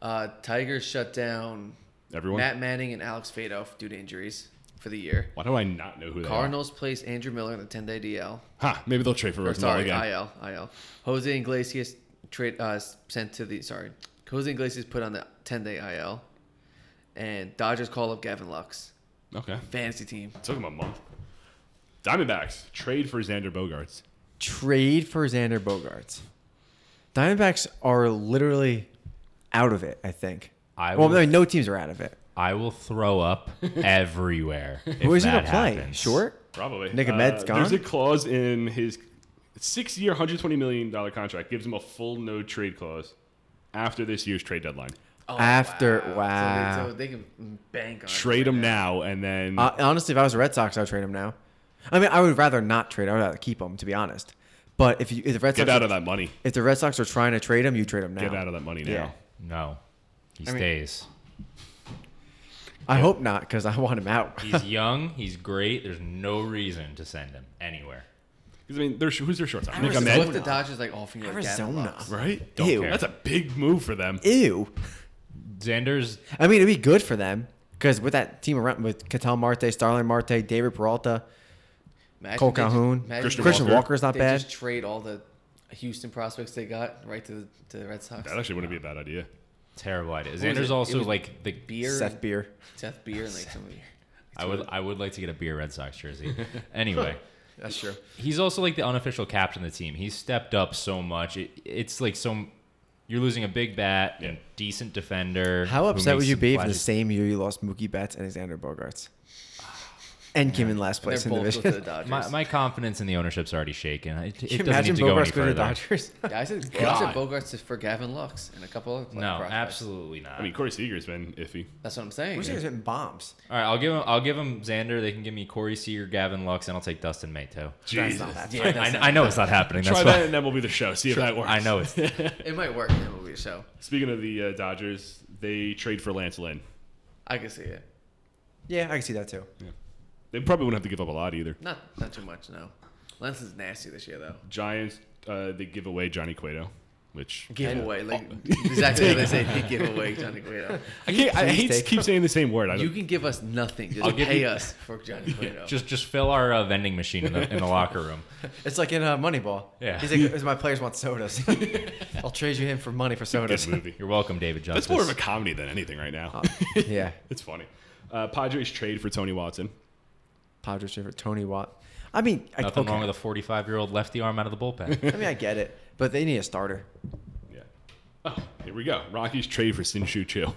Speaker 3: Uh, Tigers shut down
Speaker 1: Everyone.
Speaker 3: Matt Manning and Alex Fadoff due to injuries for the year.
Speaker 1: Why do I not know who they
Speaker 3: Cardinals placed Andrew Miller in the 10 day DL.
Speaker 1: are? Ha! Maybe they'll trade for
Speaker 3: Or
Speaker 1: Rosenthal
Speaker 3: sorry, uh,
Speaker 1: again.
Speaker 3: IL, IL. Jose Iglesias trade uh, sent to the sorry. Jose Iglesias put on the 10 day IL, and Dodgers call up Gavin Lux,
Speaker 1: okay.
Speaker 3: fantasy team.
Speaker 1: Took him a month. Diamondbacks trade for Xander Bogarts.
Speaker 2: Trade for Xander Bogarts. Diamondbacks are literally out of it. I think.
Speaker 4: I
Speaker 2: well,
Speaker 4: will-
Speaker 2: no, no teams are out of it.
Speaker 4: I will throw up everywhere. if
Speaker 2: Who is he
Speaker 4: that
Speaker 2: gonna play?
Speaker 4: happens.
Speaker 2: Short.
Speaker 1: Probably. Uh,
Speaker 2: Nick Ahmed's gone?
Speaker 1: There's a clause in his six-year, 120 million dollar contract gives him a full no trade clause after this year's trade deadline.
Speaker 3: Oh,
Speaker 2: After-
Speaker 3: So,
Speaker 2: wow.
Speaker 3: they, so they can bank on it
Speaker 1: Trade him
Speaker 3: right
Speaker 1: now, and then
Speaker 2: Uh, honestly, if I was a Red Sox, I'd trade him now. I mean, I would rather not trade. him. I would rather keep him, to be honest. But if you, if the Red
Speaker 1: get
Speaker 2: Sox,
Speaker 1: out of that money.
Speaker 2: if the Red Sox are trying to trade him, you trade him now.
Speaker 1: Get out of that money now.
Speaker 2: Yeah.
Speaker 4: No, he
Speaker 3: I mean-
Speaker 4: stays.
Speaker 2: I hope not, because I want him out.
Speaker 4: He's young. He's great. There's no reason to send him anywhere.
Speaker 1: Because I mean, there's, who's their shortstop? Nick
Speaker 3: Arizona. What
Speaker 1: Ahmed,
Speaker 3: the Dodgers like offering you Gavin
Speaker 2: Arizona.
Speaker 3: Lux.
Speaker 1: right?
Speaker 2: Ew.
Speaker 1: care. That's a big move for them.
Speaker 2: Ew.
Speaker 4: Xander's
Speaker 2: I mean, it'd be good for them because with that team around with Catal Marte, Starling Marte, David Peralta,
Speaker 3: Imagine
Speaker 2: Cole
Speaker 3: they just-
Speaker 2: Calhoun,
Speaker 3: imagine
Speaker 1: Christian
Speaker 3: they
Speaker 2: Christian
Speaker 1: Walker.
Speaker 2: Walker's not
Speaker 3: they
Speaker 2: bad.
Speaker 3: just trade all the Houston prospects they got right to the, to the Red Sox.
Speaker 1: That actually wouldn't be a bad idea.
Speaker 4: terrible idea.
Speaker 3: was
Speaker 4: Xander's
Speaker 3: it? It
Speaker 4: also
Speaker 3: was
Speaker 4: like the.
Speaker 3: Beer,
Speaker 2: Seth Beer.
Speaker 3: Seth Beer, and like some.
Speaker 4: I would I would like to get a beer Red Sox jersey. anyway.
Speaker 3: That's true.
Speaker 4: he's also like the unofficial captain of the team. He's stepped up so much. It, it's like so. You're losing a big bat and
Speaker 1: Yeah.
Speaker 4: decent defender.
Speaker 2: How
Speaker 4: who
Speaker 2: upset would
Speaker 4: makes
Speaker 2: you
Speaker 4: some
Speaker 2: be if in the
Speaker 4: flashes.
Speaker 2: same year you lost Mookie Betts and Xander Bogarts, and came in last
Speaker 3: They're
Speaker 2: place in
Speaker 3: both
Speaker 2: the
Speaker 3: go to the
Speaker 2: division?
Speaker 3: Dodgers.
Speaker 4: My, my confidence in the ownership's already shaken. It,
Speaker 2: Can
Speaker 4: it
Speaker 2: you
Speaker 4: doesn't
Speaker 2: imagine
Speaker 4: need to go any
Speaker 2: Bogarts going to the
Speaker 4: further.
Speaker 2: Dodgers?
Speaker 3: yeah, I said, I
Speaker 1: God.
Speaker 3: said Bogarts for Gavin Lux and a couple other
Speaker 4: No,
Speaker 3: prospects.
Speaker 4: absolutely not.
Speaker 1: I mean, Corey Seager's been iffy.
Speaker 3: That's what I'm saying.
Speaker 2: We're just hitting bombs.
Speaker 4: All right, I'll give him. I'll give him Xander. They can give me Corey Seager, Gavin Lux, and I'll take Dustin Mato.
Speaker 2: That's
Speaker 1: Jesus.
Speaker 2: not that.
Speaker 3: Yeah,
Speaker 4: I,
Speaker 3: that's
Speaker 4: I- I know it's not happening. That's
Speaker 1: Try
Speaker 4: why
Speaker 1: that, and then we'll be the show. See if that works.
Speaker 4: I know it's.
Speaker 3: It might work in the movie show.
Speaker 1: Speaking of the uh, Dodgers, they trade for Lance Lynn.
Speaker 3: I can see it.
Speaker 2: Yeah, I can see that too.
Speaker 1: They probably wouldn't have to give up a lot either.
Speaker 3: Not not too much, no. Lance is nasty this year though.
Speaker 1: Giants, uh, they give away Johnny Cueto, which
Speaker 3: Giveaway, like exactly what they say. They give away Johnny Cueto.
Speaker 1: I, can't, I
Speaker 2: Please
Speaker 1: hate to
Speaker 2: take-
Speaker 1: keep saying the same word. I
Speaker 3: You
Speaker 1: don't,
Speaker 3: can give us nothing. Just
Speaker 4: I'll give
Speaker 3: pay
Speaker 4: you-
Speaker 3: us for Johnny Cueto.
Speaker 4: Just just fill our uh, vending machine in the, in the locker room.
Speaker 2: It's like in uh, Moneyball.
Speaker 4: Yeah.
Speaker 2: He's like, my players want sodas. I'll trade you him for money for
Speaker 1: good
Speaker 2: sodas.
Speaker 1: movie.
Speaker 4: You're welcome, David Justice.
Speaker 1: That's more of a comedy than anything right
Speaker 2: Uh.
Speaker 1: now.
Speaker 2: yeah.
Speaker 1: it's funny. Uh, Padres trade for Tony Watson.
Speaker 2: Padres favorite Tony Watt. I mean, I,
Speaker 4: Nothing
Speaker 2: okay.
Speaker 4: wrong with a 45 year old lefty arm out of the bullpen.
Speaker 2: I mean, I get it, but they need a starter.
Speaker 1: Yeah. Oh, here we go. Rockies trade for Sinshu Chu.
Speaker 2: What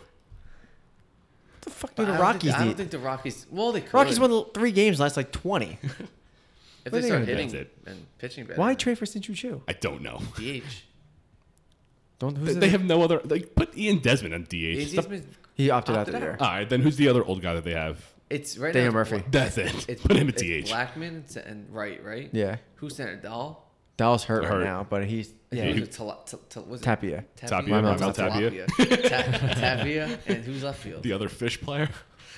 Speaker 2: the fuck do
Speaker 3: But
Speaker 2: the
Speaker 3: I don't
Speaker 2: Rockies
Speaker 3: think, I don't
Speaker 2: need?
Speaker 3: think the Rockies. Well, they could.
Speaker 2: Rockies won the three games last like twenty.
Speaker 3: if
Speaker 2: what are
Speaker 3: they
Speaker 2: they
Speaker 3: start
Speaker 2: gonna
Speaker 1: do?
Speaker 3: hitting
Speaker 1: That's it.
Speaker 3: and pitching better.
Speaker 2: Why
Speaker 3: then
Speaker 2: trade for Sinchu Chu?
Speaker 1: I don't know.
Speaker 3: DH?
Speaker 2: Don't who's
Speaker 1: They have no other. Like, put Ian Desmond on DH.
Speaker 3: It's,
Speaker 1: Stop-
Speaker 2: he opted out
Speaker 3: Opted
Speaker 2: the year.
Speaker 3: out.
Speaker 1: All right, then who's the other old guy that they have?
Speaker 3: it's right
Speaker 2: Daniel
Speaker 3: now. it's-
Speaker 2: Murphy.
Speaker 1: That's it.
Speaker 3: It's,
Speaker 1: put him at
Speaker 3: it's
Speaker 1: DH.
Speaker 3: Blackman and- and Wright, right?
Speaker 2: Yeah,
Speaker 3: Who sent it? Dahl?
Speaker 2: Dallas hurt
Speaker 1: They're
Speaker 2: right
Speaker 1: hurt.
Speaker 2: now, but he's
Speaker 3: Yeah,
Speaker 2: yeah.
Speaker 3: was it Tala- T- T- was it
Speaker 2: Tapia.
Speaker 1: Tapia,
Speaker 2: Raimel
Speaker 1: Tapia.
Speaker 3: Tapia. Ta- Tapia, and who's left field?
Speaker 1: the other fish player.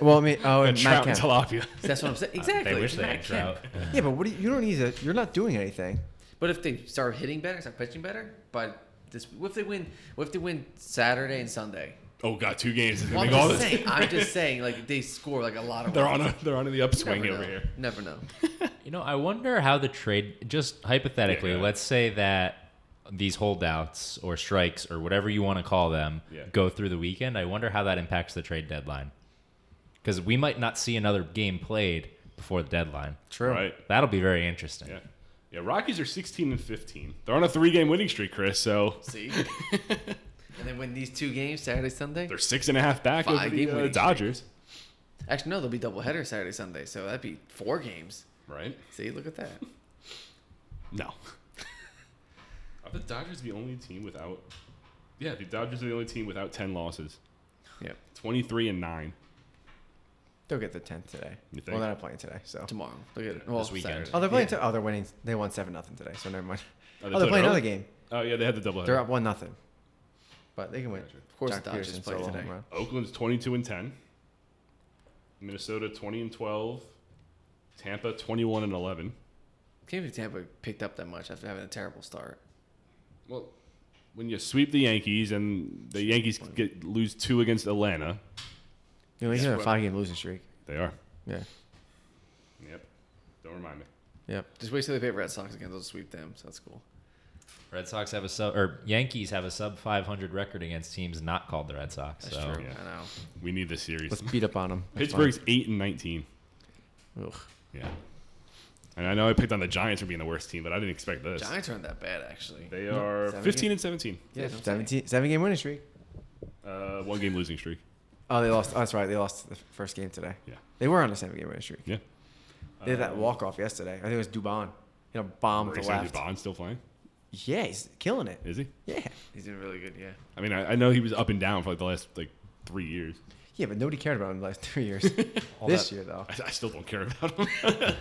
Speaker 2: Well, I mean, oh,
Speaker 1: And
Speaker 2: and Matt
Speaker 1: Trout and
Speaker 2: Kemp.
Speaker 1: Tilapia.
Speaker 3: That's what I'm
Speaker 1: Uh,
Speaker 3: saying. Exactly.
Speaker 4: They wish they had
Speaker 3: Matt Kemp.
Speaker 4: Trout.
Speaker 2: Yeah, but what do you, you don't need to. You're not doing anything.
Speaker 3: But if they start hitting better, start pitching better, but this what if they win what if they win Saturday and Sunday?
Speaker 1: Oh god, two games. It's
Speaker 3: Well,
Speaker 1: gonna make
Speaker 3: I'm
Speaker 1: all
Speaker 3: just
Speaker 1: this.
Speaker 3: saying. I'm just saying. Like they score like a lot of.
Speaker 1: They're
Speaker 3: runs.
Speaker 1: on a, they're on the
Speaker 3: Never
Speaker 1: upswing
Speaker 3: know.
Speaker 1: over here.
Speaker 3: Never know.
Speaker 4: You know, I wonder how the trade, just hypothetically,
Speaker 1: Yeah.
Speaker 4: let's say that these holdouts or strikes or whatever you want to call them
Speaker 1: Yeah.
Speaker 4: go through the weekend. I wonder how that impacts the trade deadline. Because we might not see another game played before the deadline.
Speaker 2: True.
Speaker 1: Right.
Speaker 4: That'll be very interesting.
Speaker 1: Yeah. Yeah, Rockies are 16 and 15. They're on a three-game winning streak, Chris. So
Speaker 3: See. and then win these two games Saturday Sunday.
Speaker 1: they're six and a half back over
Speaker 3: Five-game
Speaker 1: the uh,
Speaker 3: winning streak.
Speaker 1: Dodgers.
Speaker 3: Actually, no, they'll be doubleheader Saturday Sunday, so that'd be four games.
Speaker 1: Right?
Speaker 3: See, look at that.
Speaker 1: No. are the Dodgers the only team without? Yeah, the Dodgers are the only team without 10 losses.
Speaker 3: Yep.
Speaker 1: 23 and nine.
Speaker 2: They'll get the tenth today.
Speaker 1: You think?
Speaker 2: Well, they're not playing today, so.
Speaker 3: Tomorrow. Look at it. Well,
Speaker 4: This weekend.
Speaker 3: Saturday.
Speaker 2: Oh, they're playing. to oh, they're winning. They won seven nothing today, so never mind.
Speaker 1: Oh,
Speaker 2: Oh,
Speaker 1: they played
Speaker 2: they are playing another
Speaker 1: early?
Speaker 2: game.
Speaker 1: Oh yeah, they had the doubleheader.
Speaker 2: They're up one nothing, but they can win.
Speaker 3: Of course
Speaker 2: Jock
Speaker 3: the Dodgers
Speaker 2: Peterson's
Speaker 3: play
Speaker 2: solo
Speaker 3: today.
Speaker 2: home run.
Speaker 1: Oakland's 22 and 10. Minnesota 20 and 12. Tampa 21 and 11.
Speaker 3: Can't believe Tampa picked up that much after having a terrible start.
Speaker 1: Well, when you sweep the Yankees and the Yankees get lose two against Atlanta,
Speaker 2: You know, he's on a five game losing streak.
Speaker 1: they are.
Speaker 2: Yeah.
Speaker 1: Yep. Don't remind me.
Speaker 2: Yep.
Speaker 3: Just wait till they play Red Sox again. They'll sweep them. So that's cool.
Speaker 4: Red Sox have a sub or Yankees have a sub 500 record against teams not called the Red Sox.
Speaker 3: That's
Speaker 4: so
Speaker 3: true.
Speaker 1: yeah.
Speaker 3: I know.
Speaker 1: We need this series.
Speaker 2: Let's beat up on him. That's fine.
Speaker 1: Pittsburgh's eight and nineteen.
Speaker 2: Ugh.
Speaker 1: Yeah. And I know I picked on the Giants for being the worst team, but I didn't expect this.
Speaker 3: Giants aren't that bad actually.
Speaker 1: They are
Speaker 2: seven
Speaker 1: fifteen and seventeen.
Speaker 3: Yeah, don't say.
Speaker 2: 17, seven game winning streak.
Speaker 1: Uh, one game losing streak.
Speaker 2: Oh, they lost. Oh, that's right. They lost the first game today.
Speaker 1: Yeah.
Speaker 2: They were on a seven game winning streak.
Speaker 1: Yeah.
Speaker 2: They had that
Speaker 3: Um,
Speaker 2: walk off yesterday. I think it was Dubon. You know, bomb to
Speaker 1: Brace
Speaker 2: left.
Speaker 1: Bond still playing?
Speaker 2: Yeah, he's killing it.
Speaker 1: Is he?
Speaker 2: Yeah.
Speaker 3: He's doing really good. Yeah.
Speaker 1: I mean, I, I know he was up and down for like the last like three years.
Speaker 2: Yeah, but nobody cared about him the last three years.
Speaker 4: All
Speaker 2: this
Speaker 4: that-
Speaker 2: year, though.
Speaker 1: I, I still don't care about him.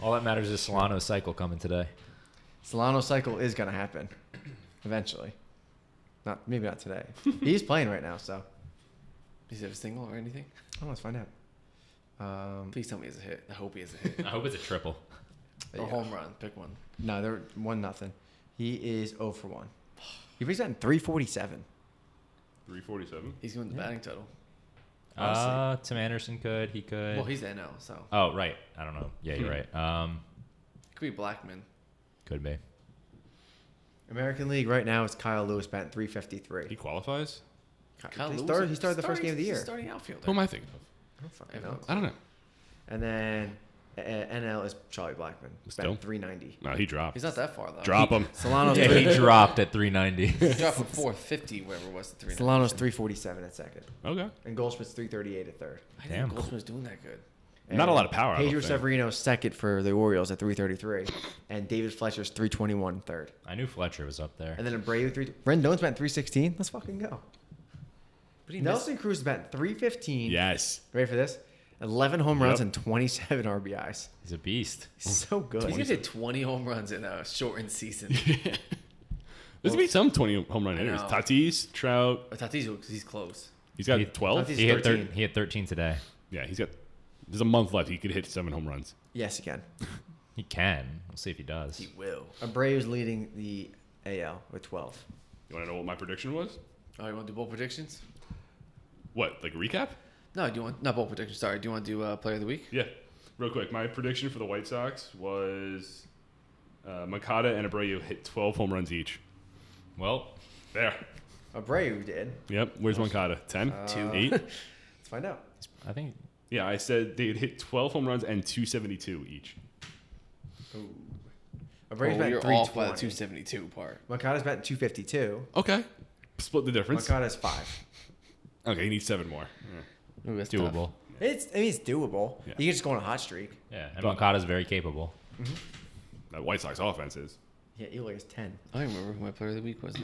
Speaker 4: all that matters is Solano's cycle coming today.
Speaker 2: Solano cycle is going to happen eventually. Not Maybe not today. he's playing right now, so
Speaker 3: Is he a single or anything?
Speaker 2: oh, let's find out. Um,
Speaker 3: Please tell me it's a hit. I hope he has a hit.
Speaker 4: I hope it's a triple.
Speaker 3: or
Speaker 2: yeah.
Speaker 3: home run. Pick one.
Speaker 2: No, they're one nothing. He is 0 for one. He brings that in 347.
Speaker 1: Three forty-seven.
Speaker 3: He's going the batting title. Honestly.
Speaker 4: Uh, Tim Anderson could. He could.
Speaker 3: Well, he's the NL, so
Speaker 4: oh, right. I don't know. Yeah, you're right. Um,
Speaker 3: could be Blackman.
Speaker 4: could be.
Speaker 2: American League right now is Kyle Lewis batting
Speaker 1: He
Speaker 2: 353.
Speaker 1: qualifies.
Speaker 3: Kyle
Speaker 2: he,
Speaker 3: Lewis
Speaker 2: started,
Speaker 3: is-
Speaker 2: he started the first
Speaker 3: starting-
Speaker 2: game of the
Speaker 3: he's
Speaker 2: year.
Speaker 3: a Starting outfielder.
Speaker 1: Who am I thinking of?
Speaker 2: I don't fucking
Speaker 3: I
Speaker 2: know.
Speaker 3: know.
Speaker 1: I don't know.
Speaker 2: And then uh, NL is Charlie Blackman.
Speaker 1: Still?
Speaker 2: Batting 390.
Speaker 1: No, he dropped.
Speaker 3: He's not that far though.
Speaker 1: Drop him.
Speaker 2: Solano's,
Speaker 4: Yeah, he
Speaker 2: three,
Speaker 4: dropped at 390.
Speaker 3: Drop from 450, wherever it was to 390.
Speaker 2: Solano's 347 at second.
Speaker 1: Okay.
Speaker 2: And Goldschmidt's 338 at third.
Speaker 3: I
Speaker 4: Damn.
Speaker 3: didn't think Goldschmidt's doing that good.
Speaker 1: Not a
Speaker 2: And
Speaker 1: lot of power, I don't
Speaker 2: Pedro
Speaker 1: think.
Speaker 2: Severino's second for the Orioles at 333. And David Fletcher's 321 third.
Speaker 4: I knew Fletcher was up there.
Speaker 2: And then Abreu, three, Rendon's batting 316. Let's fucking go.
Speaker 3: But he missed.
Speaker 2: Nelson Cruz is batting 315.
Speaker 1: Yes.
Speaker 2: Ready for this? 11 home runs
Speaker 1: Yep.
Speaker 2: and 27 RBIs.
Speaker 4: He's a beast.
Speaker 2: So good.
Speaker 3: He's gonna hit 20 home runs in a shortened season.
Speaker 1: There's gonna be some 20 home run
Speaker 3: I
Speaker 1: hitters.
Speaker 3: know.
Speaker 1: Tatis, Trout.
Speaker 3: But Tatis, will- 'cause he's close.
Speaker 1: He's got
Speaker 4: He-
Speaker 1: 12.
Speaker 2: Tatis- He's
Speaker 4: he hit 13.
Speaker 2: 13.
Speaker 4: he hit 13 today.
Speaker 1: Yeah, he's got. There's a month left. He could hit seven home runs.
Speaker 2: Yes, he can.
Speaker 4: He can. We'll see if he does.
Speaker 3: He will.
Speaker 2: Abreu's leading the AL with 12.
Speaker 1: You want to know what my prediction was?
Speaker 3: Oh, you want to do bowl predictions?
Speaker 1: What? Like recap?
Speaker 3: No, do you want not bowl predictions? Sorry, do you want to do uh, player of the week?
Speaker 1: Yeah. Real quick, my prediction for the White Sox was uh, Makata and Abreu hit 12 home runs each.
Speaker 4: Well,
Speaker 1: There.
Speaker 2: Abreu did.
Speaker 1: Yep. Where's Makata? 10?
Speaker 2: Two.
Speaker 1: 8?
Speaker 2: Let's find out.
Speaker 4: I think
Speaker 1: Yeah, I said they'd hit 12 home runs and 272 each.
Speaker 2: Abreu's
Speaker 3: oh,
Speaker 2: batting
Speaker 3: you're off by the
Speaker 2: 320.
Speaker 3: 272 part.
Speaker 2: Makata's batting 252.
Speaker 1: Okay. Split the difference.
Speaker 2: Makata's five.
Speaker 1: Okay, he needs seven more.
Speaker 3: Ooh, that's tough.
Speaker 4: doable.
Speaker 2: It's I mean it's doable.
Speaker 1: Yeah.
Speaker 2: He can just go on a hot streak.
Speaker 4: Yeah, and
Speaker 1: But-
Speaker 4: Moncada's very capable.
Speaker 1: That White Sox offense is.
Speaker 2: Yeah, Eloy is ten.
Speaker 3: I don't remember who my player of the week was now.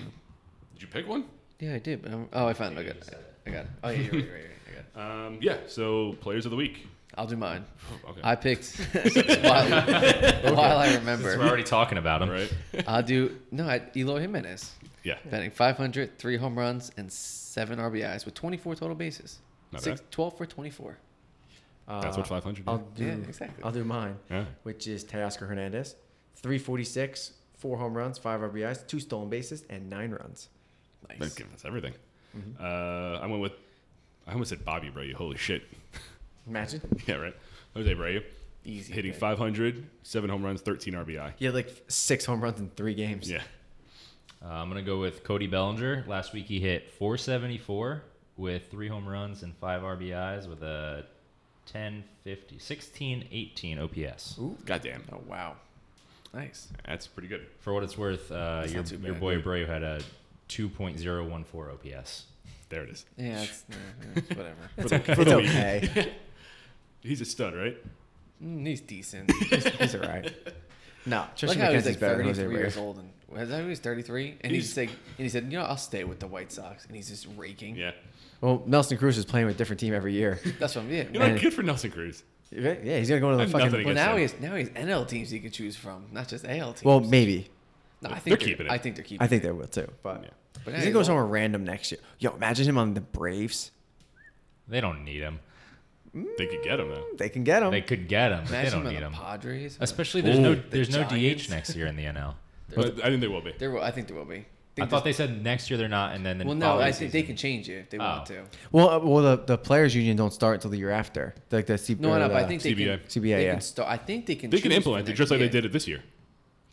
Speaker 1: Did you pick one?
Speaker 3: Yeah, I did. But I'm, oh, I found it. I got it. I got it. Oh, yeah, you're right, you're right, you're right. I got it.
Speaker 1: Um, yeah, so players of the week.
Speaker 3: I'll do mine.
Speaker 1: Okay.
Speaker 3: I picked while, while I
Speaker 4: We're
Speaker 3: remember.
Speaker 4: already talking about him.
Speaker 1: right?
Speaker 3: I'll do no. I, Eloy Jimenez
Speaker 1: Yeah.
Speaker 3: batting 500, three home runs, and seven RBIs with 24 total bases.
Speaker 1: Not
Speaker 3: Six,
Speaker 1: bad.
Speaker 3: 12 for 24.
Speaker 2: Uh,
Speaker 1: That's what 500
Speaker 2: I'll
Speaker 1: is.
Speaker 2: do.
Speaker 3: Yeah, exactly.
Speaker 2: I'll do mine,
Speaker 1: Yeah.
Speaker 2: which is Teoscar Hernandez, three forty six, four home runs, five RBIs, two stolen bases, and nine runs.
Speaker 1: That's
Speaker 3: Nice.
Speaker 1: giving us everything.
Speaker 2: Mm-hmm.
Speaker 1: Uh, I went with, I almost said Bobby Abreu. Holy shit.
Speaker 2: Imagine.
Speaker 1: yeah, right. Jose Abreu.
Speaker 3: Easy.
Speaker 1: hitting
Speaker 3: pick.
Speaker 1: 500, seven home runs, 13 RBI.
Speaker 2: He had like six home runs in three games.
Speaker 1: Yeah.
Speaker 4: Uh, I'm gonna go with Cody Bellinger. Last week he hit 474 with three home runs and five RBIs with a 1050, 16, 18 OPS.
Speaker 1: Goddamn.
Speaker 3: Oh wow. Nice.
Speaker 1: That's pretty good.
Speaker 4: For what it's worth, uh, your,
Speaker 3: not too
Speaker 4: your
Speaker 3: bad.
Speaker 4: boy Abreu had a 2.014 OPS.
Speaker 1: There it is.
Speaker 3: Yeah, it's, yeah, yeah, it's whatever.
Speaker 1: For the, for
Speaker 2: It's
Speaker 1: the week.
Speaker 2: okay.
Speaker 1: He's a stud, right?
Speaker 3: Mm, he's decent.
Speaker 2: He's all right. No,
Speaker 3: like
Speaker 2: Tristan
Speaker 3: how he's
Speaker 2: McKenzie's
Speaker 3: like
Speaker 2: better than
Speaker 3: 33
Speaker 2: Jose
Speaker 3: years
Speaker 2: Abreu.
Speaker 3: old and was that when he was 33? And he's,
Speaker 1: He's-
Speaker 3: like, and he said, you know, I'll stay with the White Sox, and he's just raking.
Speaker 1: Yeah.
Speaker 2: Well, Nelson Cruz is playing with a different team every year.
Speaker 3: That's what I'm yeah.
Speaker 1: You know,
Speaker 2: Man.
Speaker 1: good for Nelson Cruz.
Speaker 2: Yeah, he's gonna go
Speaker 1: I
Speaker 2: into
Speaker 1: have
Speaker 2: the
Speaker 1: nothing
Speaker 2: fucking.
Speaker 3: well,
Speaker 1: against
Speaker 3: now
Speaker 1: him.
Speaker 3: he has now he has NL teams he could choose from, not just AL teams.
Speaker 2: Well, maybe.
Speaker 3: no, I think
Speaker 1: they're
Speaker 3: they're,
Speaker 1: keeping it.
Speaker 3: I think they're keeping.
Speaker 2: I think they will too. But
Speaker 1: Yeah.
Speaker 3: But
Speaker 2: he's
Speaker 3: hey,
Speaker 2: gonna go
Speaker 3: well-
Speaker 2: somewhere random next year. Yo, imagine him on the Braves.
Speaker 4: They don't need him.
Speaker 1: They could get him, though.
Speaker 2: They can get him.
Speaker 4: They could get him. but
Speaker 3: it.
Speaker 4: They
Speaker 3: Imagine
Speaker 4: don't
Speaker 3: him on
Speaker 4: need
Speaker 3: the
Speaker 4: him.
Speaker 3: Padres.
Speaker 4: Especially there's no
Speaker 1: Ooh,
Speaker 4: there's no DH
Speaker 3: Giants.
Speaker 4: next year in the NL.
Speaker 1: But I think they will be.
Speaker 3: There will, I think there will be.
Speaker 4: I
Speaker 3: think
Speaker 4: thought they said next year they're not, and then the
Speaker 3: Well, no,
Speaker 4: following
Speaker 3: I think they
Speaker 4: season.
Speaker 3: can change it if they want to.
Speaker 2: Well, uh, well, the, the players union don't start until the year after. Like the C- uh,
Speaker 3: No,
Speaker 2: or
Speaker 3: no,
Speaker 2: the-
Speaker 3: but I think they
Speaker 1: CBA.
Speaker 2: CBA,
Speaker 3: can. they
Speaker 2: yeah.
Speaker 3: can start. I think they can.
Speaker 1: They can
Speaker 3: choose for
Speaker 1: implement it
Speaker 3: next
Speaker 1: just like
Speaker 3: year.
Speaker 1: they did it this year.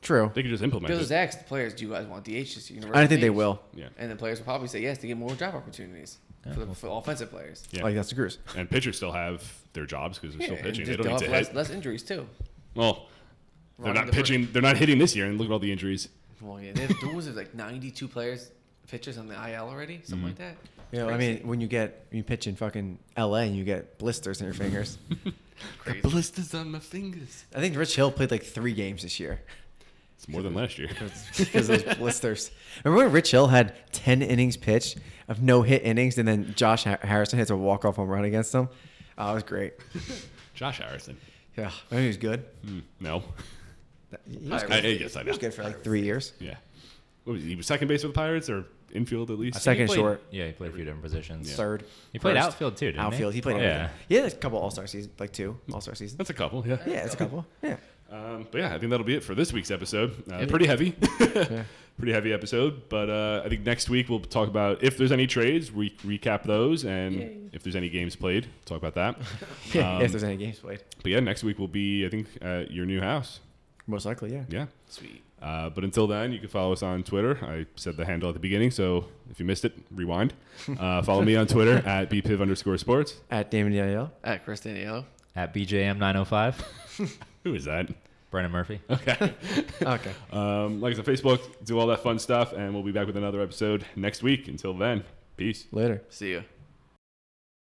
Speaker 2: true.
Speaker 1: They can just implement
Speaker 3: Bills
Speaker 1: it.
Speaker 3: asked the players, "Do you guys want DHs?" this year?"
Speaker 2: I don't think they will.
Speaker 1: Yeah.
Speaker 3: And the players will probably say yes to get more job opportunities for, the, for the offensive players.
Speaker 1: Yeah.
Speaker 2: Like that's the Cruz.
Speaker 1: And pitchers still have their jobs because they're
Speaker 3: Yeah,
Speaker 1: still
Speaker 3: and
Speaker 1: pitching. They
Speaker 3: just
Speaker 1: don't need to
Speaker 3: have less,
Speaker 1: hit.
Speaker 3: less injuries too.
Speaker 1: Well, they're
Speaker 3: Running
Speaker 1: not
Speaker 3: the first-
Speaker 1: pitching. They're not hitting this year, and look at all the injuries.
Speaker 3: Well, yeah, they have duels of like 92 players, pitchers on the IL already, something
Speaker 1: Mm-hmm.
Speaker 3: like that.
Speaker 2: You know, I mean, when you get when you pitch in fucking L.A. and you get blisters in your fingers.
Speaker 3: Crazy.
Speaker 1: Blisters on my fingers.
Speaker 2: I think Rich Hill played like three games this year
Speaker 1: It's more than last year.
Speaker 2: because of those blisters. Remember when Rich Hill had ten innings pitched of no hit innings, and then Josh Ha- Harrison hits a walk off home run against him. Oh, it was great.
Speaker 1: Josh Harrison.
Speaker 2: Yeah, I mean, he was good.
Speaker 1: Hmm, no.
Speaker 2: He was,
Speaker 3: I-
Speaker 1: I, I guess I
Speaker 2: he
Speaker 1: know.
Speaker 2: was good for like three years.
Speaker 1: Yeah. What was he? he was second base for the Pirates or infield at least?
Speaker 4: I think
Speaker 2: Second
Speaker 4: he played-
Speaker 2: short.
Speaker 4: Yeah, he played a few different positions.
Speaker 2: Third.
Speaker 4: He played
Speaker 2: first,
Speaker 4: outfield too, didn't he?
Speaker 2: outfield. He played.
Speaker 4: Yeah.
Speaker 2: Yeah. He had a couple All Star seasons, like two All Star seasons.
Speaker 1: That's a couple, yeah.
Speaker 2: Yeah, it's a couple. Yeah.
Speaker 1: Um, but yeah, I think that'll be it for this week's episode. Uh, Pretty heavy, pretty heavy episode. But uh, I think next week we'll talk about if there's any trades, re- recap those, and if there's any games played, talk about that.
Speaker 2: Yeah, if there's any games played,
Speaker 1: but yeah, next week will be I think at your new house.
Speaker 2: most likely, yeah.
Speaker 1: Yeah.
Speaker 3: Sweet.
Speaker 1: Uh, but until then, you can follow us on Twitter. I said the handle at the beginning, so if you missed it, rewind. Uh, follow me on Twitter at bpiv underscore sports.
Speaker 2: At Damon Danielle.
Speaker 3: At Chris Daniello.
Speaker 4: At BJM905,
Speaker 1: Who is that?
Speaker 4: Brennan oh Murphy.
Speaker 1: Okay.
Speaker 2: Okay.
Speaker 1: Um, like us on Facebook, do all that fun stuff, and we'll be back with another episode next week. Until then, peace.
Speaker 2: Later.
Speaker 3: See ya.